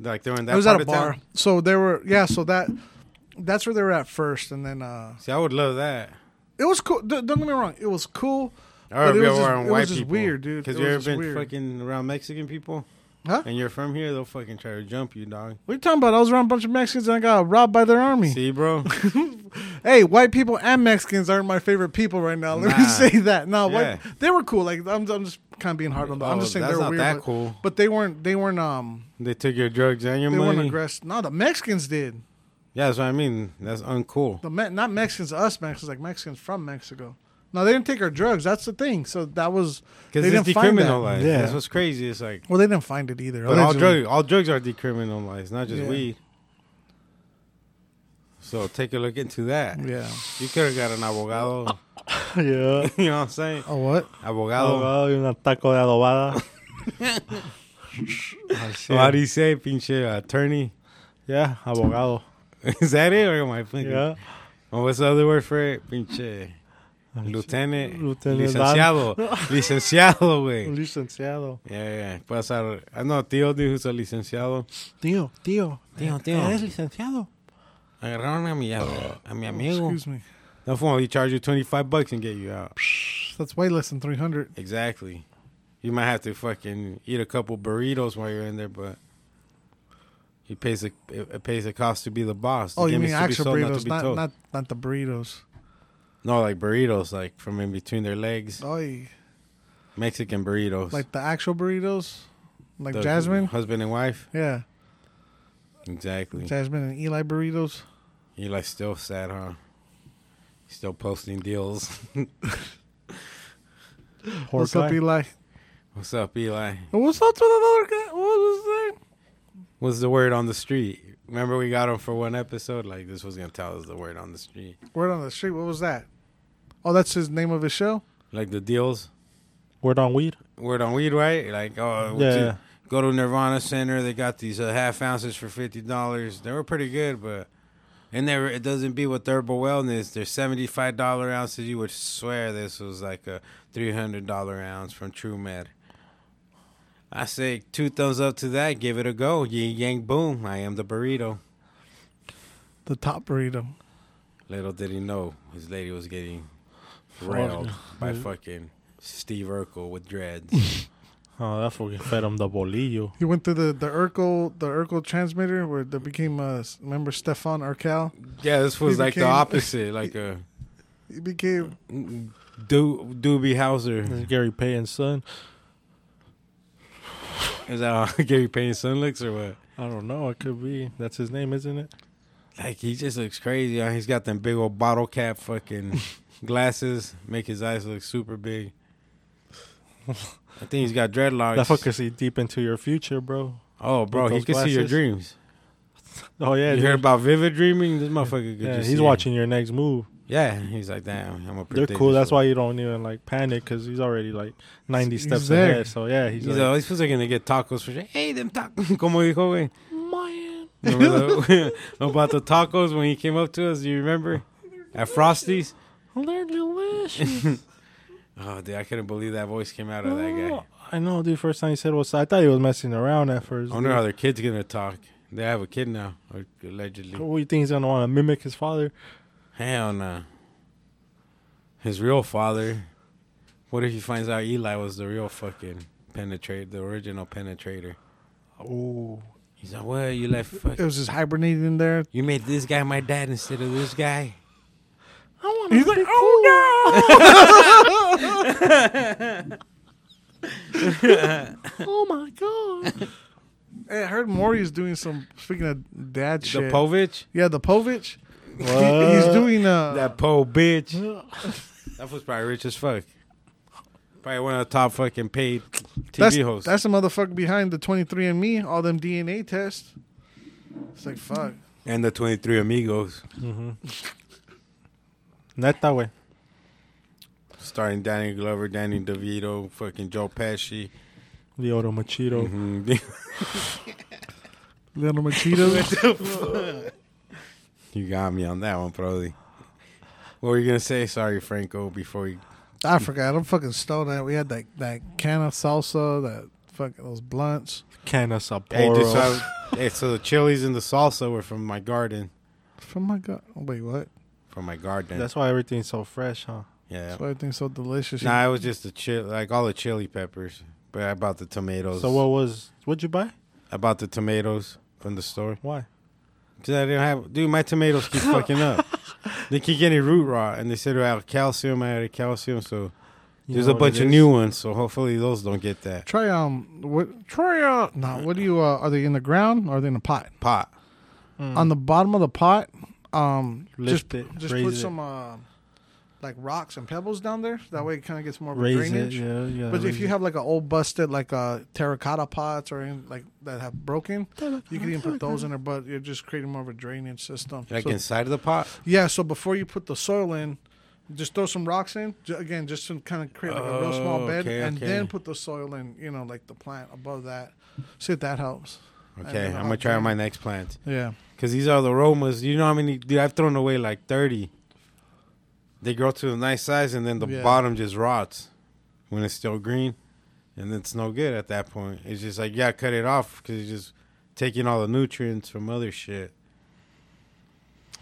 Like they were in that. It was part at a of town? bar, so there were yeah. So that that's where they were at first, and then uh See, I would love that. it was cool. D- don't get me wrong, it was cool. Or But if it you was just- around it was white just people. weird, dude. Because It you was ever just been weird. fucking around Mexican people, Huh? and you're from here, they'll fucking try to jump you, dog. What are you talking about? I was around a bunch of Mexicans and I got robbed by their army. See, bro. Hey, white people and Mexicans aren't my favorite people right now. Let me Nah. say that. No, Yeah. white, they were cool. Like I'm, I'm just kind of being hard on them. I'm Oh, just saying that's they not were weird. that but, cool. but they weren't. They weren't. Um, They took your drugs and your they weren't money. aggressive. No, the Mexicans did. yeah, that's what I mean. That's uncool. The Me- not Mexicans, us Mexicans, like Mexicans from Mexico. No, they didn't take our drugs. That's the thing. So that was Because they it's didn't find that. decriminalized. Yeah. That's what's crazy. It's like, Well, they didn't find it either. but all Allegedly. drugs, all drugs are decriminalized, not just Yeah. weed. So take a look into that. Yeah. You could have got an abogado. yeah. you know what I'm saying? Oh what? Oh. Abogado. Adobado y un taco de adobada. Ay, sí. So how do you say, pinche attorney? yeah, abogado. Is that it, or am I thinking? Yeah. Well, what's the other word for it? Pinche. Lieutenant. Lieutenant Licenciado. Licenciado, güey. Licenciado. Yeah, yeah. Pasar. I know a tío dude who's a licenciado. Tío, tío. Tío, tío. ¿Eres licenciado? Agarraron a mi, a, a mi amigo. Excuse me. No phone. He charge you 25 bucks and get you out. That's way less than three hundred. Exactly. You might have to fucking eat a couple burritos while you're in there, but he pays the it it pays the cost to be the boss. The Oh, you game mean is to be actual sold, to burritos, be not told. not not the burritos. no, like burritos, like from in between their legs. Oh. Mexican burritos, Like the actual burritos, like The Jasmine. husband and wife. Yeah, Exactly. Jasmine and Eli burritos. You like still sad, huh? Still posting deals. What's up, Eli? What's up, Eli? What's up to the other guy? What was his name? What's the word on the street? Remember, we got him for one episode. Like this was gonna tell us the word on the street, Word on the street. What was that? Oh, that's his name of his show. like the deals. Word on weed? Word on weed, right? Like, oh, Yeah. to- go to Nirvana Center. They got these uh, half ounces for fifty dollars. They were pretty good, but and never it doesn't be with Herbal Wellness. They're seventy five dollar ounces. You would swear this was like a three hundred dollar ounce from True Med. I say two thumbs up to that. Give it a go. Yin yang boom. I am the burrito. The top burrito. Little did he know his lady was getting railed by fucking Steve Urkel with dreads. Oh, that fucking fed him the bolillo. He went through the the Urkel the Urkel transmitter where there became uh remember Stefan Urkel. yeah, this was He like the became- opposite, like a He became do- doobie Hauser. That's Gary Payton's son. Is that how Gary Payne's son looks or what? I don't know. It could be. That's his name, isn't it? Like he just looks crazy. huh? He's got them big old bottle cap fucking glasses, make his eyes look super big. I think he's got dreadlocks. That fucker see deep into your future, bro. oh, bro, with he those can see your glasses. dreams. Oh yeah, you dude. heard about vivid dreaming? This motherfucker could yeah just he's see watching your next move. It. Yeah, he's like, damn, I'm a. They're cool. That's why you don't even like panic because he's already like ninety He's steps there. ahead. So yeah, he's, He's like, always feels like "Oh, gonna get tacos for sure. Hey, them tacos. Como dijo, güey. man. Remember the- about the tacos when he came up to us? Do you remember? At Frosty's? They're delicious. Oh, dude, I couldn't believe that voice came out of that guy. I know, dude. First time he said was I thought he was messing around at first. I wonder dude. how their kid's gonna talk. They have a kid now, or- allegedly. What do you think he's gonna want to mimic his father? Hell no. His real father. What if he finds out Eli was the real fucking penetrator, the original penetrator? Oh, He's like, well, you left. Fuck. It was just hibernating in there. You made this guy my dad instead of this guy. I want. He's like, oh no! Oh my god. Hey, I heard Maury's doing some. Speaking of dad shit, The Povich? yeah, the Povich. He- he's doing uh, That po bitch. That was probably rich as fuck. Probably one of the top fucking paid TV that's, hosts. That's the motherfucker behind the 23andMe, all them DNA tests. It's like fuck. and the 23 Amigos, Mm-hmm. Not that way. starring Danny Glover, Danny DeVito, fucking Joe Pesci. The Odo Machito. Mhm. Little Machito. you got me on that one, Brody. What were you going to say? Sorry, Franco, before we. I forgot. I'm fucking stoned. That we had that that can of salsa, that fucking those blunts. Can of Hey, dude, so, Sapporo. I- hey, so the chilies and the salsa were from my garden. From my god. Oh, wait, what? From my garden. That's why everything's so fresh, huh? yeah. That's why everything's so delicious. Nah, it was just the chili, like all the chili peppers. But I bought the tomatoes. So what was? What'd you buy? I bought the tomatoes from the store. Why? Dude, I didn't have. Dude, my tomatoes keep fucking up. They keep getting root rot, and they said I had calcium. I had calcium, so You there's know a what bunch it of is? new ones. So hopefully those don't get that Try um what try out no, what do you uh, are they in the ground or are they in a pot? pot. On the bottom of the pot, um Mm. Hmm. Lift just, it, just raise put it. some uh, like rocks and pebbles down there. That way it kinda gets more of a Raise drainage. it. Yeah, yeah. But if raise you it. have like an old busted like uh, terracotta pots or anything like that have broken, you can even put those in there. But you're just creating more of a drainage system. Like So- inside of the pot. yeah. So before you put the soil in, just throw some rocks in. J- again, just to kind of create like a real Oh, small bed, okay, and okay. then put the soil in. You know, like the plant above that. See if that helps. Okay, don't know I'm how gonna try big. my next plant Yeah. because these are the aromas. You know how many? Dude, I've thrown away like thirty. They grow to a nice size, and then the Yeah. bottom just rots when it's still green, and it's no good at that point. It's just like yeah, cut it off because it's just taking all the nutrients from other shit.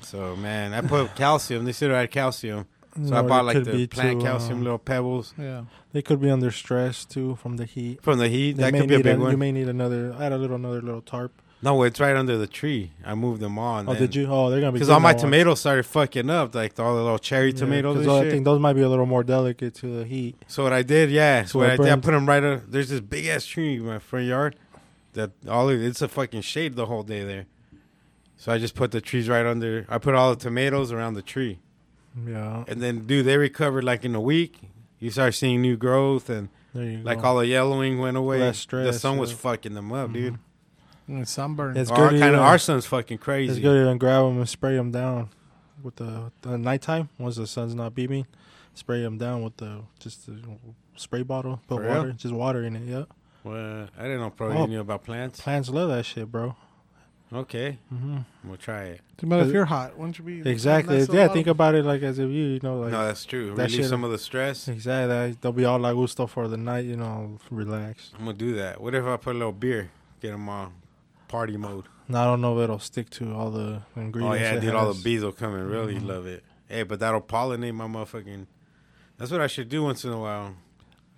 So man, I put calcium. They said I had calcium, so I Or it bought like could the be plant too, calcium um, little pebbles Yeah. They could be under stress too from the heat. from the heat. They That may could be a need big You one. may need another. Add a little another little tarp. No, it's right under the tree. I moved them on. Oh, did you? Oh, they're gonna be Because good all my now. tomatoes started fucking up, like all the little cherry Yeah, tomatoes 'cause and I shit. think those might be a little more delicate to the heat. So what I did, yeah, so So what it I did, I burned- put them right. Up, there's this big ass tree in my front yard that all it- it's a fucking shade the whole day there. So I just put the trees right under. I put all the tomatoes around the tree, Yeah. and then dude, they recovered like in a week. You start seeing new growth, and There you like go. all the yellowing went away. Less the stress, sun was yeah. Mm-hmm. fucking them up, dude. And sunburn. It's Our good to kind of even- our sun's fucking It's crazy. good to even grab them and spray them down with the, the nighttime once the sun's not beaming. Spray them down with the just the spray bottle. Put For real? water, just water in it. Yeah, Well, I didn't know probably Oh. knew about plants. plants love that shit, bro. Okay, hmm we'll try it. but if you're hot, wouldn't you be Exactly. nice little Yeah, bottle? think about it like as if you, you know, like no, that's true. that Relieve shit- some of the stress. exactly. like, They'll be all like gusto for the night, you know, relax. I'm gonna do that. What if I put a little beer? Get them on party mode. And I don't know if it'll stick to all the oh ingredients. yeah, it dude, all the has. Mm-hmm. bees will come and really love it. Hey, but that'll pollinate my motherfucking. That's what I should do once in a while.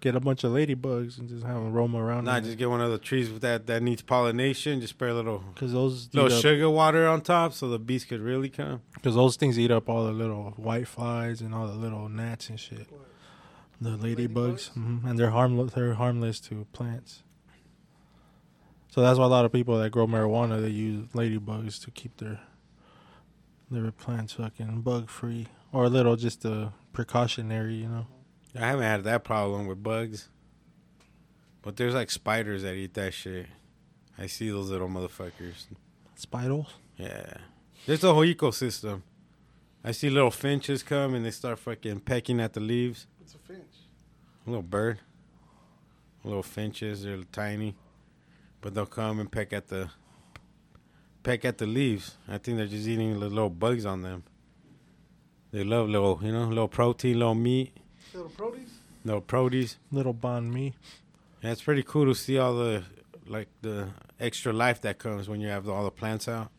Get a bunch of ladybugs and just have them roam around. Not just get one of the trees with that that needs pollination. Just spray a little because those eat little up- sugar water on top, so the bees could really come. Because those things eat up all the little white flies and all the little gnats and shit. mm-hmm, The ladybugs, hmm and they're harmless. They're harmless to plants. So that's why a lot of people that grow marijuana they use ladybugs to keep their their plants fucking bug free or a little just a precautionary, you know. I haven't had that problem with bugs. But there's like spiders that eat that shit. I see those little motherfuckers. Spiders. Yeah. There's a whole ecosystem. I see little finches come and they start fucking pecking at the leaves. It's a finch. A little bird. Little finches, they're tiny. But they'll come and peck at the peck at the leaves. I think they're just eating the little bugs on them. They love little, you know, little protein, little meat, Little produce. little produce. Little bon me. Yeah, it's pretty cool to see all the like the extra life that comes when you have all the plants out.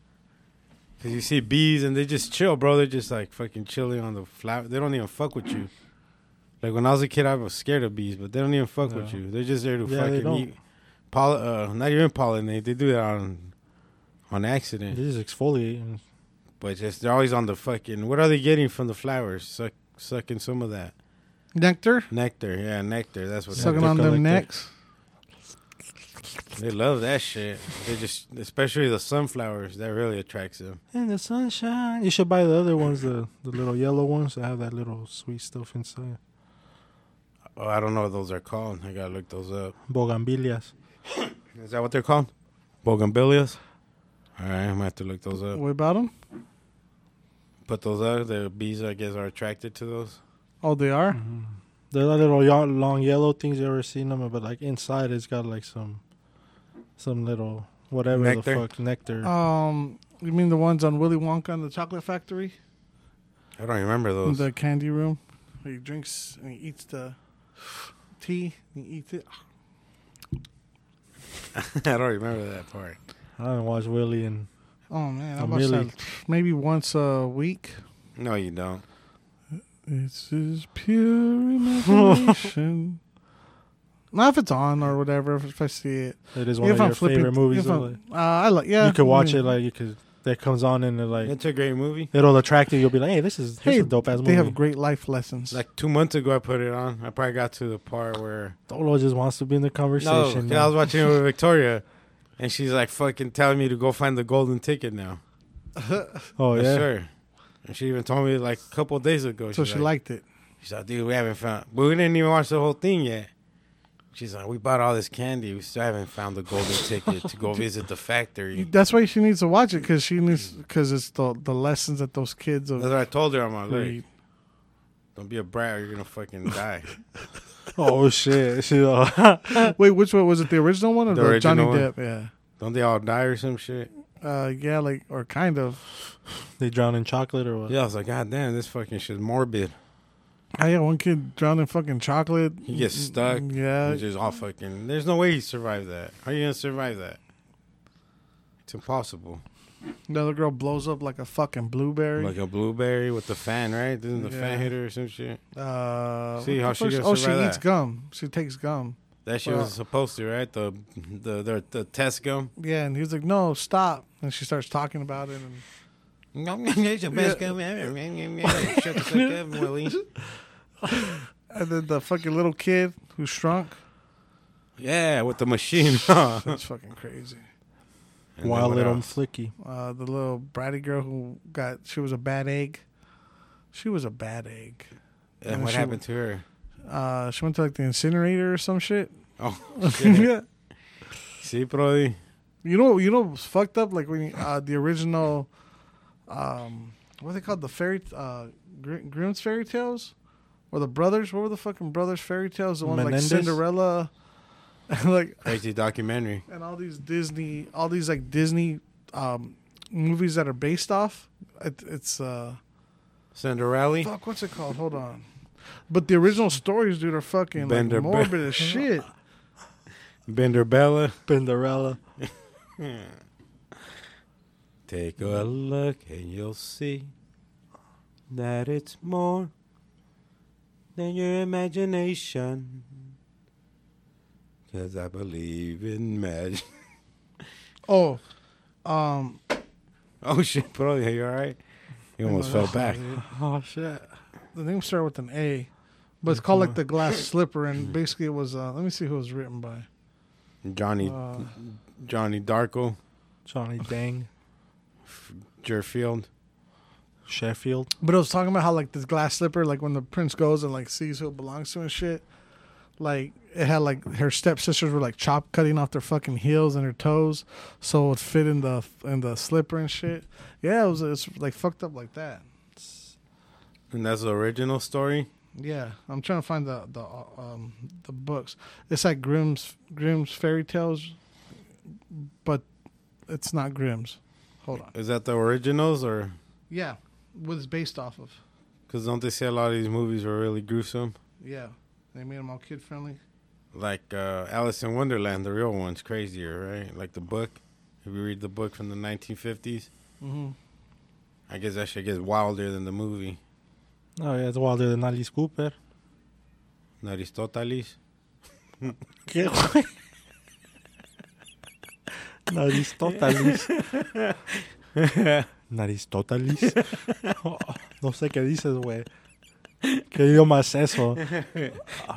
Cause you see bees and they just chill, bro. They're just like fucking chilling on the flower. They don't even fuck with you. Like when I was a kid, I was scared of bees, but they don't even fuck with Yeah. you. They're just there to Yeah, they fucking don't. eat. Poll- uh, not even pollinate. They do that on on They accident. just exfoliate and But just they're always on the fucking. What are they getting from the flowers? Suck sucking some of that Nectar. nectar. Yeah, nectar. That's what. Sucking nectar on them collector. necks. They love that shit. They just, especially the sunflowers, that really attracts them. in the sunshine. You should buy the other ones, the the little yellow ones that have that little sweet stuff inside. Oh, I don't know what those are called. I gotta look those up. Bogambilias. Is that what they're called? Bougainvilleas. All right, I'm gonna have to look those up. What about them? Put those up. The bees, I guess, are attracted to those. Oh, they are. Mhm. They're the little yo- long yellow things you ever seen them, but like inside it's got like some some little whatever Nectar? Uh. the fuck nectar. Um, you mean the ones on Willy Wonka and the Chocolate Factory? I don't remember In those. the candy room, where he drinks and he eats the tea and he eats it. I don't remember that part. I haven't watched Willy and Oh man, I Oh, watch really? that maybe once a week. No, you don't. This is pure imagination. Not if it's on or whatever. If, if I see it, it is one if of your favorite movies. if so, I'm- like, uh, I like. Yeah, you could watch Mm. yeah. it like you could that comes on and it, like It's a great movie. it'll attract you. You'll be like, hey, this is this Hey, is a dope ass movie. They have great life lessons. Like, Like two months ago, I put it on. I probably got to the part where Dolo just wants to be in the no, conversation. 'cause I was watching it with Victoria, and she's like fucking telling me to go find the golden ticket now. oh For yeah, sure. And she even told me like a couple days ago. so she's she like, liked it. She's like, dude, we haven't found. But we didn't even watch the whole thing yet. She's like, we bought all this candy. We still haven't found the golden ticket to go visit the factory. That's why she needs to watch it because she needs because it's the the lessons that those kids That's are. what I told her. I'm like, Great. look, don't be a brat or you're gonna fucking die. oh shit, she uh, Wait, which one was it? The original one or The the, Johnny original Depp? Yeah. don't they all die or some shit? Uh, yeah, like or kind of. they drown in chocolate or what? Yeah, I was like, god damn, this fucking shit's morbid. I had one kid drowned in fucking chocolate. Mm, He gets stuck. Yeah, Uh, He's just all fucking. There's no way he survived that. How are you gonna survive that? It's impossible. another girl blows up like a fucking blueberry. Like a blueberry with the fan, right? Didn't the fan Yeah. hit her or some shit? uh, See what how the she fuck- gonna Oh, she survive eats that. gum. She takes gum. That shit Well- was supposed to, right? The the the, the test gum. Yeah, and he's like, "No, stop!" And she starts talking about it. And it's the best gum ever. Shut the fuck up, Willie. And then the fucking little kid who shrunk. Yeah, with the machine. huh? That's fucking crazy. And then Wild what little else? flicky. Uh, the little bratty girl who got she was a bad egg. She was a bad egg. And what she- happened to her? Uh, she went to like the incinerator or some shit. Oh, shit. yeah. see, Brody. You know, you know, what was fucked up. Like when you, uh, the original, um, what they called the fairy, uh, Gr- Grimm's fairy tales, or the brothers. What were the fucking brothers fairy tales? The one Menendez? like Cinderella, and like Crazy documentary. and all these Disney, all these like Disney um, movies that are based off. It, it's uh, Cinderella. fuck, what's it called? Hold on. But the original stories, dude, are fucking like, Bender- morbid as shit. Bender Bella. Cinderella. Take a look and you'll see that it's more than your imagination. Because I believe in magic. Oh, um, Oh, shit, Brody. Are you all right? You almost fell back. Oh shit. the name started with an A, but it's called like the Glass Slipper, and basically it was. Uh, let me see who it was written by. Johnny Uh, Johnny Darko, Johnny Dang, Jerfield. Sheffield. But it was talking about how like this glass slipper, like when the prince goes and like sees who it belongs to and shit, like it had like her stepsisters were like chop cutting off their fucking heels and her toes, so it would fit in the in the slipper and shit. Yeah, it was it's like fucked up like that. And that's the original story. Yeah, I'm trying to find the the uh, um the books. It's like Grimm's Grimm's fairy tales, but it's not Grimm's. Hold on. Is that the originals or? Yeah, what it's based off of. Because don't they say a lot of these movies were really gruesome? Yeah, they made them all kid friendly. Like uh, Alice in Wonderland, the real one's crazier, right? Like the book. If you read the book from the 1950s, Mm-hmm. I guess that shit gets wilder than the movie. Oh yeah, it's wilder than Alice Cooper. Aristoteles. Naristotalis. Naristotalis. no sé qué dices, güey. ¿Qué idioma es eso?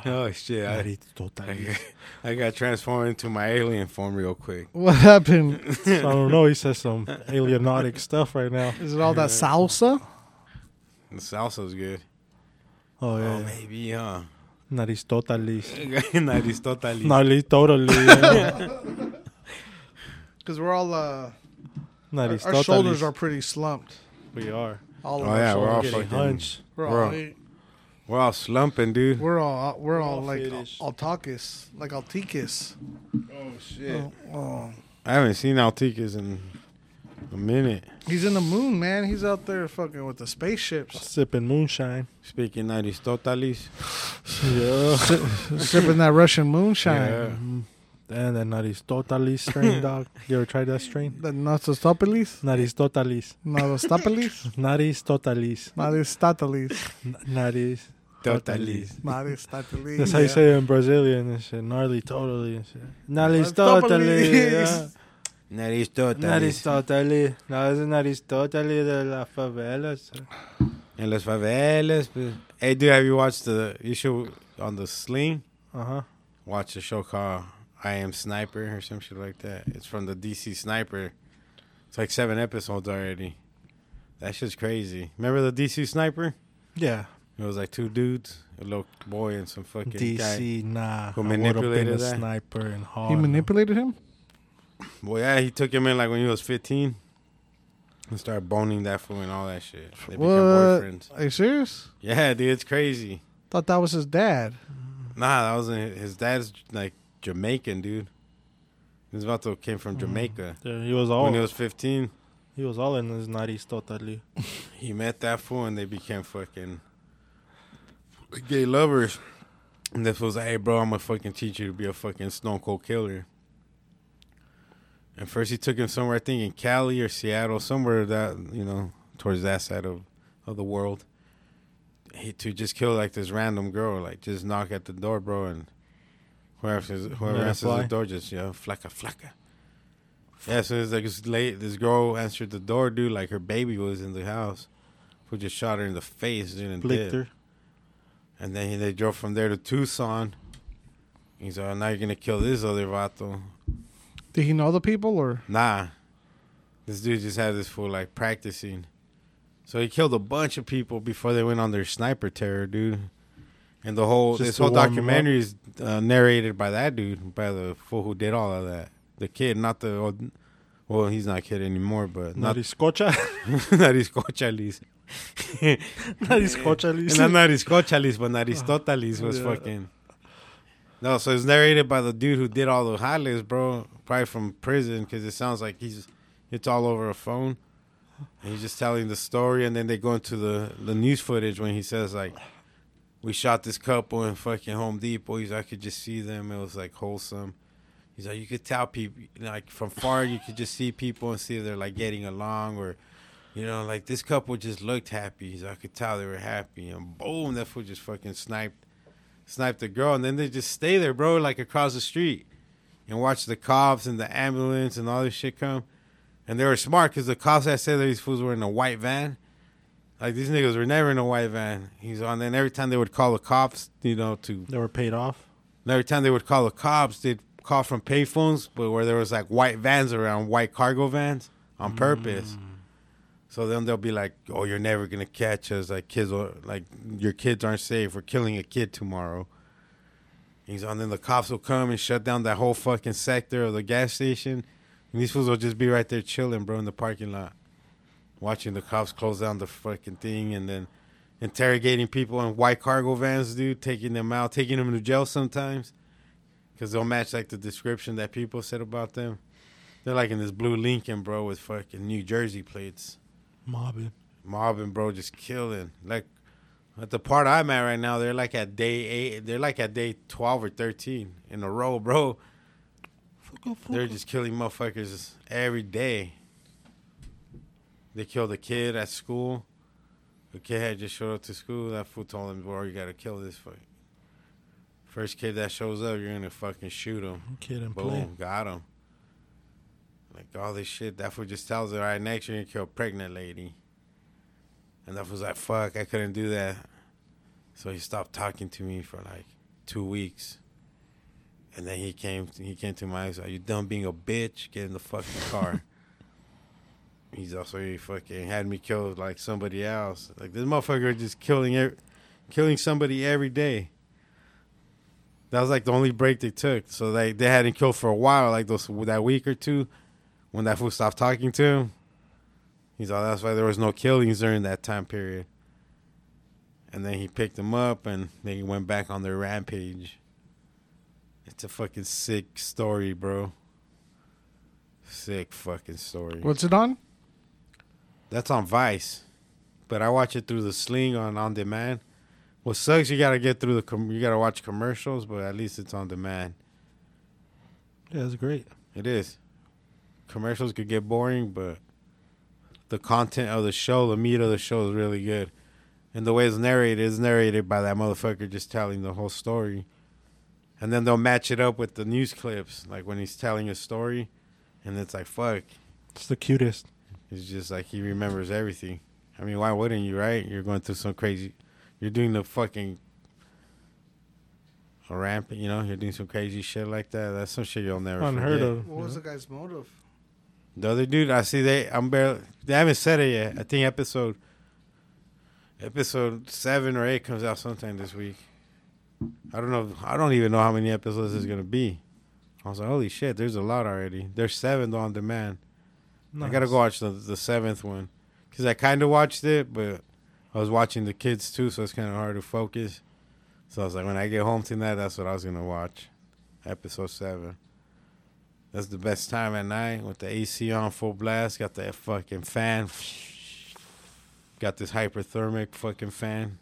Oh shit! I, Naristotalis. I got transformed into my alien form real quick. What happened? I don't know. He says some alienatic stuff right now. Is it all that salsa? The salsa's good. Oh, Oh, yeah. maybe, huh? Naristotalis. Aristoteles. Naritotally. Because we're all uh, our, Naristotalis. our shoulders are pretty slumped. We are. All of Oh, our yeah, we're shoulders. all Getting fucking- hunched. We're we're all all- We're all slumping, dude. we're all uh, we're all all like fetish. altakis, like altikis. Oh shit! Oh. I haven't seen Altikas in a minute. He's in the moon, man. He's out there fucking with the spaceships, Sipping moonshine. Speaking Aristoteles. Yeah. sipping that Russian moonshine. Yeah. And then Naristotalis strain, dog. You ever tried that strain? The Nastostopolis, Naristotalis. Nastostopolis, Naristotalis. Naristotelis, N- Naris. Totalis. Naristotelis. That's how you say it in Brazilian and shit. Gnarly totally and shit. Gnarly totally. yeah. Aristoteles. Gnarly Aristoteles. totally. No, it's Gnarly totally de la favela. sir. En las favelas. pues. Hey, dude, have you watched the? You should on the sling. Uh-huh. Watch a show called I Am Sniper or some shit like that. It's from the DC Sniper. It's like seven episodes already. That shit's crazy. Remember the DC Sniper? Yeah. It was like two dudes, a little boy and some fucking guy. DC, nah. who I would've been manipulated a that. sniper and hard. Oh, He manipulated him. Well, yeah, he took him in like when he was 15 and started boning that fool and all that shit. They became What? boyfriends. Are you serious? Yeah, dude, it's crazy. Thought that was his dad. Nah, that wasn't his dad's like Jamaican, dude. His vato came from Jamaica. Yeah, he was When he all was 15, he was all in his Gnarly totally. he met that fool and they became fucking gay lovers. And this was, hey, bro, I'm gonna fucking teach you to be a fucking stone cold killer. And first, he took him somewhere, I think in Cali or Seattle, somewhere that you know, towards that side of of the world. He to just kill like this random girl, like just knock at the door, bro, and whoever whoever Let it answers fly. the door, just you know, flacka flacka. Yeah, so it's like it's late. This girl answered the door, dude. Like her baby was in the house, who just shot her in the face, dude, and dead. Blichter. And then he, they drove from there to Tucson. He's like, now you're gonna kill this other vato. Did he know the people or? Nah. This dude just had this fool like practicing. So he killed a bunch of people before they went on their sniper terror, dude. And the whole Just this to whole warm 'em documentary is uh, narrated by that dude, by the fool who did all of that. The kid, not the old, well, he's not kid anymore, but not Gnarly Scocha. Nariscochalis. Gnarly Scocha. Luis. Not Nariscochalis, but Naristotalis was Yeah. fucking. No, so it's narrated by the dude who did all the highlights, bro. Probably from prison, because it sounds like he's. It's all over a phone. And he's just telling the story, and then they go into the the news footage when he says like, "We shot this couple in fucking Home Depot." He's, I could just see them. It was like wholesome. He's like, you could tell people like from far, you could just see people and see if they're like getting along or you know, like this couple just looked happy. So I could tell they were happy. And boom, that fool just fucking sniped, sniped the girl. And then they just stay there, bro, like across the street and watch the cops and the ambulance and all this shit come. And they were smart because the cops that said that these fools were in a white van. Like these niggas were never in a white van. He's on. Then every time they would call the cops, you know, to They were paid off. and every time they would call the cops, they'd call from payphones, but where there was like white vans around, white cargo vans on purpose. So then they'll be like, "Oh, you're never gonna catch us. Like kids, are, like your kids aren't safe. We're killing a kid tomorrow." He's on. Then the cops will come and shut down that whole fucking sector of the gas station. And these fools will just be right there chilling, bro, in the parking lot, watching the cops close down the fucking thing, and then interrogating people in white cargo vans, dude, taking them out, taking them to jail sometimes, because they'll match like the description that people said about them. They're like in this blue Lincoln, bro, with fucking New Jersey plates Mobbing. mobbing, bro, just killing. Like at the part I'm at right now, they're like at day eight. They're like at day twelve or thirteen in a row, bro. They're just killing motherfuckers every day. They killed a kid at school. The kid had just showed up to school. That fool told him, "Bro, you gotta kill this fuck." First kid that shows up, you're gonna fucking shoot him. Kid and Boom, play. got him. Like all this shit, that fool just tells her, all right, next you're gonna kill a pregnant lady. And that was like, fuck, I couldn't do that. So he stopped talking to me for like two weeks. And then he came he came to my house, are you done being a bitch? Get in the fucking car. He's also he fucking had me kill like somebody else. Like this motherfucker just killing e-, ev- killing somebody every day. That was like the only break they took. So they they hadn't killed for a while, like those that week or two, when that fool stopped talking to him. He's all that's why there was no killings during that time period. And then he picked him up, and they went back on their rampage. It's a fucking sick story, bro. Sick fucking story. What's it on? That's on Vice, but I watch it through the sling on on demand. What sucks, you gotta get through the com- you gotta watch commercials, but at least it's on demand. Yeah, that's great. It is. Commercials could get boring, but the content of the show, the meat of the show, is really good. And the way it's narrated is narrated by that motherfucker just telling the whole story. And then they'll match it up with the news clips, like when he's telling a story, and it's like, fuck, It's the cutest. It's just like he remembers everything. I mean, why wouldn't you, right? You're going through some crazy. You're doing the fucking a ramp, you know. You're doing some crazy shit like that. That's some shit you'll never Unheard forget. of. What was the guy's motive? The other dude, I see they. I'm barely. They haven't said it yet. I think episode episode seven or eight comes out sometime this week. I don't know. I don't even know how many episodes it's gonna be. I was like, holy shit, there's a lot already. There's seven on demand. I gotta go watch the, the seventh one because I kind of watched it, but I was watching the kids too, so it's kind of hard to focus. So I was like, when I get home tonight, that's what I was gonna watch, episode seven. That's the best time at night with the AC on full blast. Got that fucking fan. Got this hyperthermic fucking fan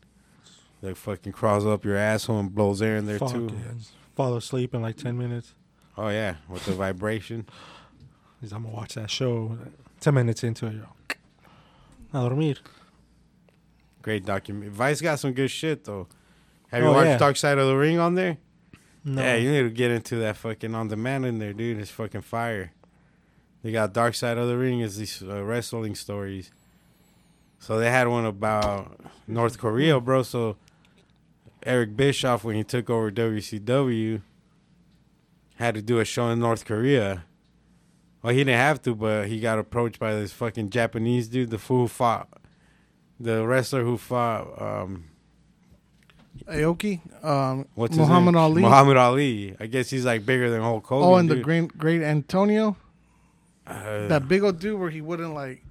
that fucking crawls up your asshole and blows air in there Fuck too. yeah. Fall asleep in like 10 minutes. Oh yeah, with the vibration. He's, I'm going to watch that show. 10 minutes into it, yo. A dormir. Great document. Vice got some good shit though. Have you Oh, watched yeah. Dark Side of the Ring on there? No. Yeah, you need to get into that fucking on demand in there, dude. It's fucking fire. They got Dark Side of the Ring is these uh, wrestling stories. So they had one about North Korea, bro. So Eric Bischoff, when he took over WCW, had to do a show in North Korea. Well, he didn't have to, but he got approached by this fucking Japanese dude, the fool who fought, the wrestler who fought um, Aoki, um, What's his Muhammad name? Ali. Muhammad Ali. I guess he's like bigger than Hulk Hogan. oh, and the dude. great great Antonio, Uh, that big old dude where he wouldn't like.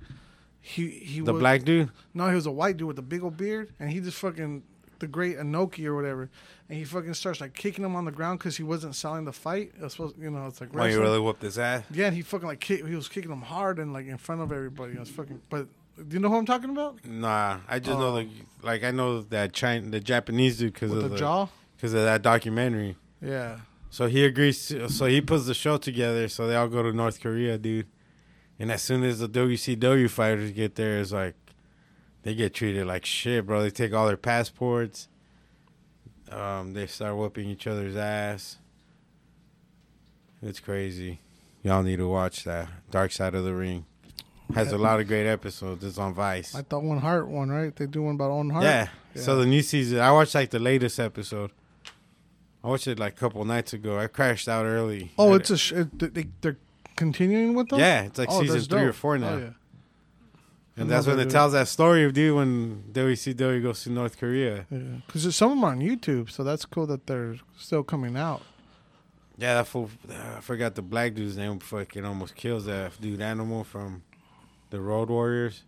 He he the would- black dude. No, he was a white dude with a big old beard, and he just fucking the great Anoki or whatever, and he fucking starts like kicking him on the ground because he wasn't selling the fight. It's supposed, you know, it's like Why you wrestling. really whooped his ass? yeah, and he fucking like kick, he was kicking him hard and like in front of everybody. It was fucking. But do you know who I'm talking about? Nah, I just know the like I know that China, the Japanese dude because Oh. With of the, jaw. because of that documentary. Yeah, So he agrees. To, so he puts the show together. So they all go to North Korea, dude. And as soon as the WCW fighters get there, it's like they get treated like shit, bro. They take all their passports. Um, they start whooping each other's ass. It's crazy. Y'all need to watch that. Dark Side of the Ring has a lot of great episodes. It's on Vice. I thought One Heart one right. They do one about Owen Heart. Yeah. So the new season, I watched like the latest episode I watched it like a couple nights ago. I crashed out early. Oh, And- it's a sh- it, they, they're continuing with them. yeah, it's like Oh, season that's three or dope. four now. Oh, yeah. And that's when Another it dude. tells that story of dude when WCW goes to North Korea. Because some of them are on YouTube, so that's cool that they're still coming out. Yeah, that fool, I forgot the black dude's name. Fucking almost kills that dude animal from the Road Warriors.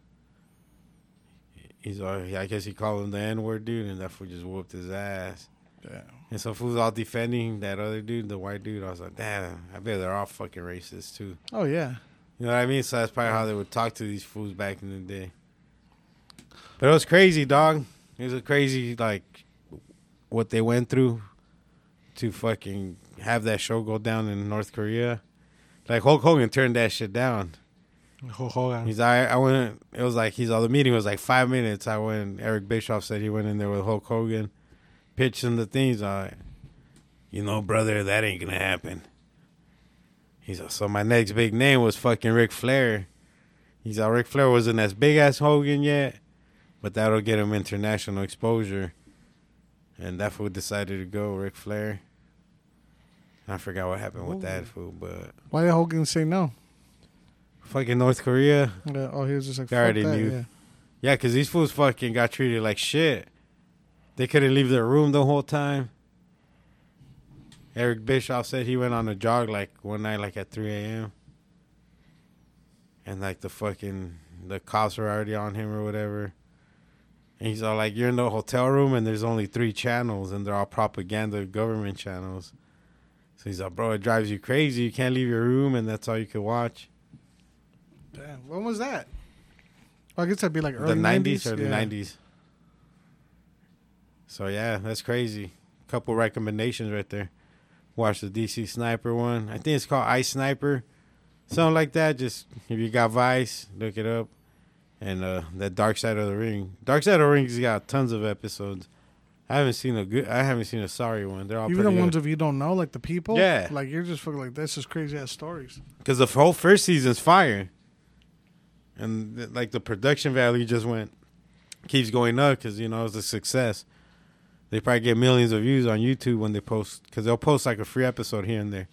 He's, all- I guess he called him the N word dude, and that fool just whooped his ass. Yeah. And so fool's all defending that other dude, the white dude. I was like, damn, I bet they're all fucking racist too. Oh yeah. You know what I mean? So that's probably how they would talk to these fools back in the day. But it was crazy, dog. It was a crazy like what they went through to fucking have that show go down in North Korea. Like Hulk Hogan turned that shit down. Ho- Hogan. He's I I went it was like he's all the meeting was like five minutes. I went Eric Bischoff said he went in there with Hulk Hogan, pitched him the things on You know, brother, that ain't gonna happen. He's all, so my next big name was fucking Ric Flair. He's all Ric Flair wasn't as big as Hogan yet, but that'll get him international exposure. And that fool decided to go, Ric Flair. I forgot what happened with that fool, but Why did Hogan say no? fucking North Korea. Yeah, oh, he was just like, They fuck already that. knew. Yeah. Yeah, because these fools fucking got treated like shit. They couldn't leave their room the whole time. Eric Bischoff said he went on a jog like one night, like at 3 a.m. And like the fucking the cops were already on him or whatever. And he's all like, "You're in the hotel room, and there's only three channels, and they're all propaganda government channels." So he's like, "Bro, it drives you crazy. You can't leave your room, and that's all you can watch." Damn, when was that? Well, I guess that'd be like early the 90s, 90s, or the yeah. 90s. So yeah, that's crazy. Couple recommendations right there. Watch the DC Sniper one. I think it's called Ice Sniper, something like that. Just if you got Vice, look it up. And uh, that Dark Side of the Ring. Dark Side of the Ring's got tons of episodes. I haven't seen a good. I haven't seen a sorry one. They're all Even the pretty ones good. of you don't know, like the people. Yeah. Like you're just fucking like this is crazy ass stories. Because the whole first season's fire, and th- like the production value just went keeps going up because you know it's a success. They probably get millions of views on YouTube when they post because they'll post like a free episode here and there.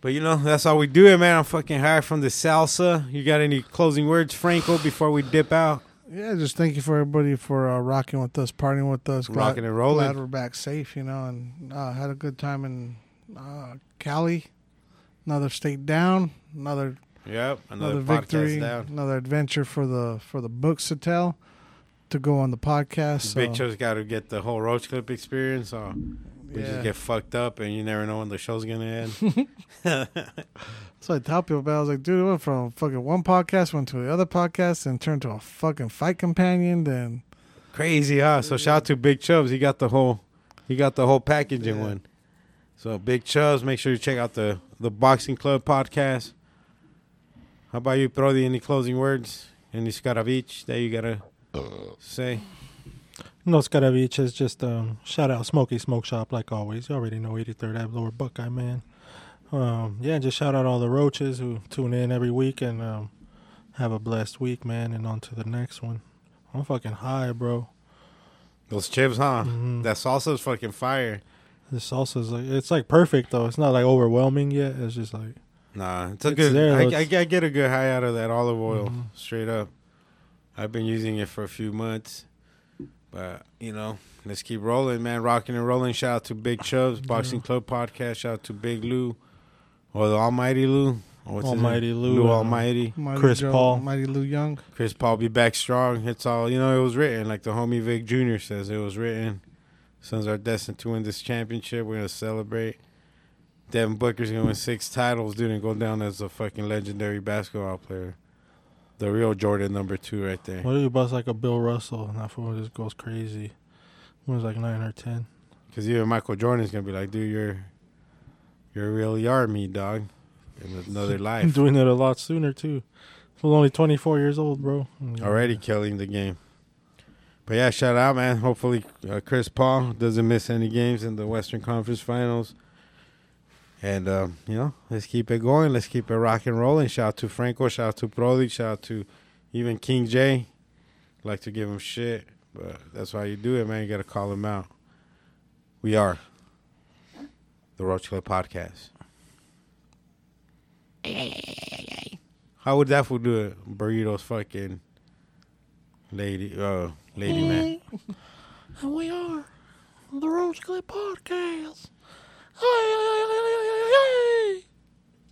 But you know that's all we do, it, man. I'm fucking hired from the salsa. You got any closing words, Franco, before we dip out? Yeah, just thank you for everybody for uh, rocking with us, partying with us, glad, Rocking and rolling. Glad we're back safe, you know, and uh, had a good time in uh, Cali. Another state down, another Yep, another, another podcast victory, down. another adventure for the for the books to tell, to go on the podcast. So, Big Cho's got to get the whole roach clip experience. Or we yeah. just get fucked up, and you never know when the show's gonna end. so I tell people, about it. I was like, dude, it went from fucking one podcast, went to the other podcast, and turned to a fucking fight companion. Then Crazy, huh? So shout out to Big Chubbs. He got the whole, he got the whole package in Yeah. one. So Big Chubbs, make sure you check out the the Boxing Club podcast. How about you, Brody? Any closing words? Any Scaravich that you gotta say? No Scaravich is just um, shout out Smoky Smoke Shop like always. You already know 83rd Ave Lower Buckeye man. Um, yeah, just shout out all the roaches who tune in every week and um, have a blessed week, man. And on to the next one. I'm fucking high, bro. Those chips, huh? Mhm. That salsa's fucking fire. The salsa's like it's like perfect though. It's not like overwhelming yet. It's just like Nah, it's a It's good. there, I, though. I, I get a good high out of that olive oil, Mhm. straight up. I've been using it for a few months, but you know, let's keep rolling, man. Rocking and rolling. Shout out to Big Chubbs Boxing Club Podcast. Shout out to Big Lou, or the Almighty Lou. Or what's his name? Almighty Lou, Lou uh, Almighty. Mighty Chris Paul. Mighty Lou Young. Chris Paul be back strong. It's all you know. It was written, like the homie Vic Jr. says. It was written. Sons are destined to win this championship. We're gonna celebrate. Devin Booker's gonna win six titles, dude, and go down as a fucking legendary basketball player. The real Jordan number two, right there. what if you bust like a Bill Russell and that fool just goes crazy. It was like nine or ten. Because even Michael Jordan's gonna be like, dude, you're you're really are me, dog, in another I'm life. doing it a lot sooner too. I was only 24 years old, bro. Already killing the game. But yeah, shout out, man. Hopefully, uh, Chris Paul doesn't miss any games in the Western Conference Finals. And, um, you know, let's keep it going. Let's keep it rock and rolling. Shout out to Franco. Shout out to Brody. Shout out to even King J. Like to give him shit, but that's why you do it, man. You got to call him out. We are. the Roach Clip Podcast. How would that fool do it? Burritos fucking lady, uh, lady man. And we are the Rose Clip Podcast.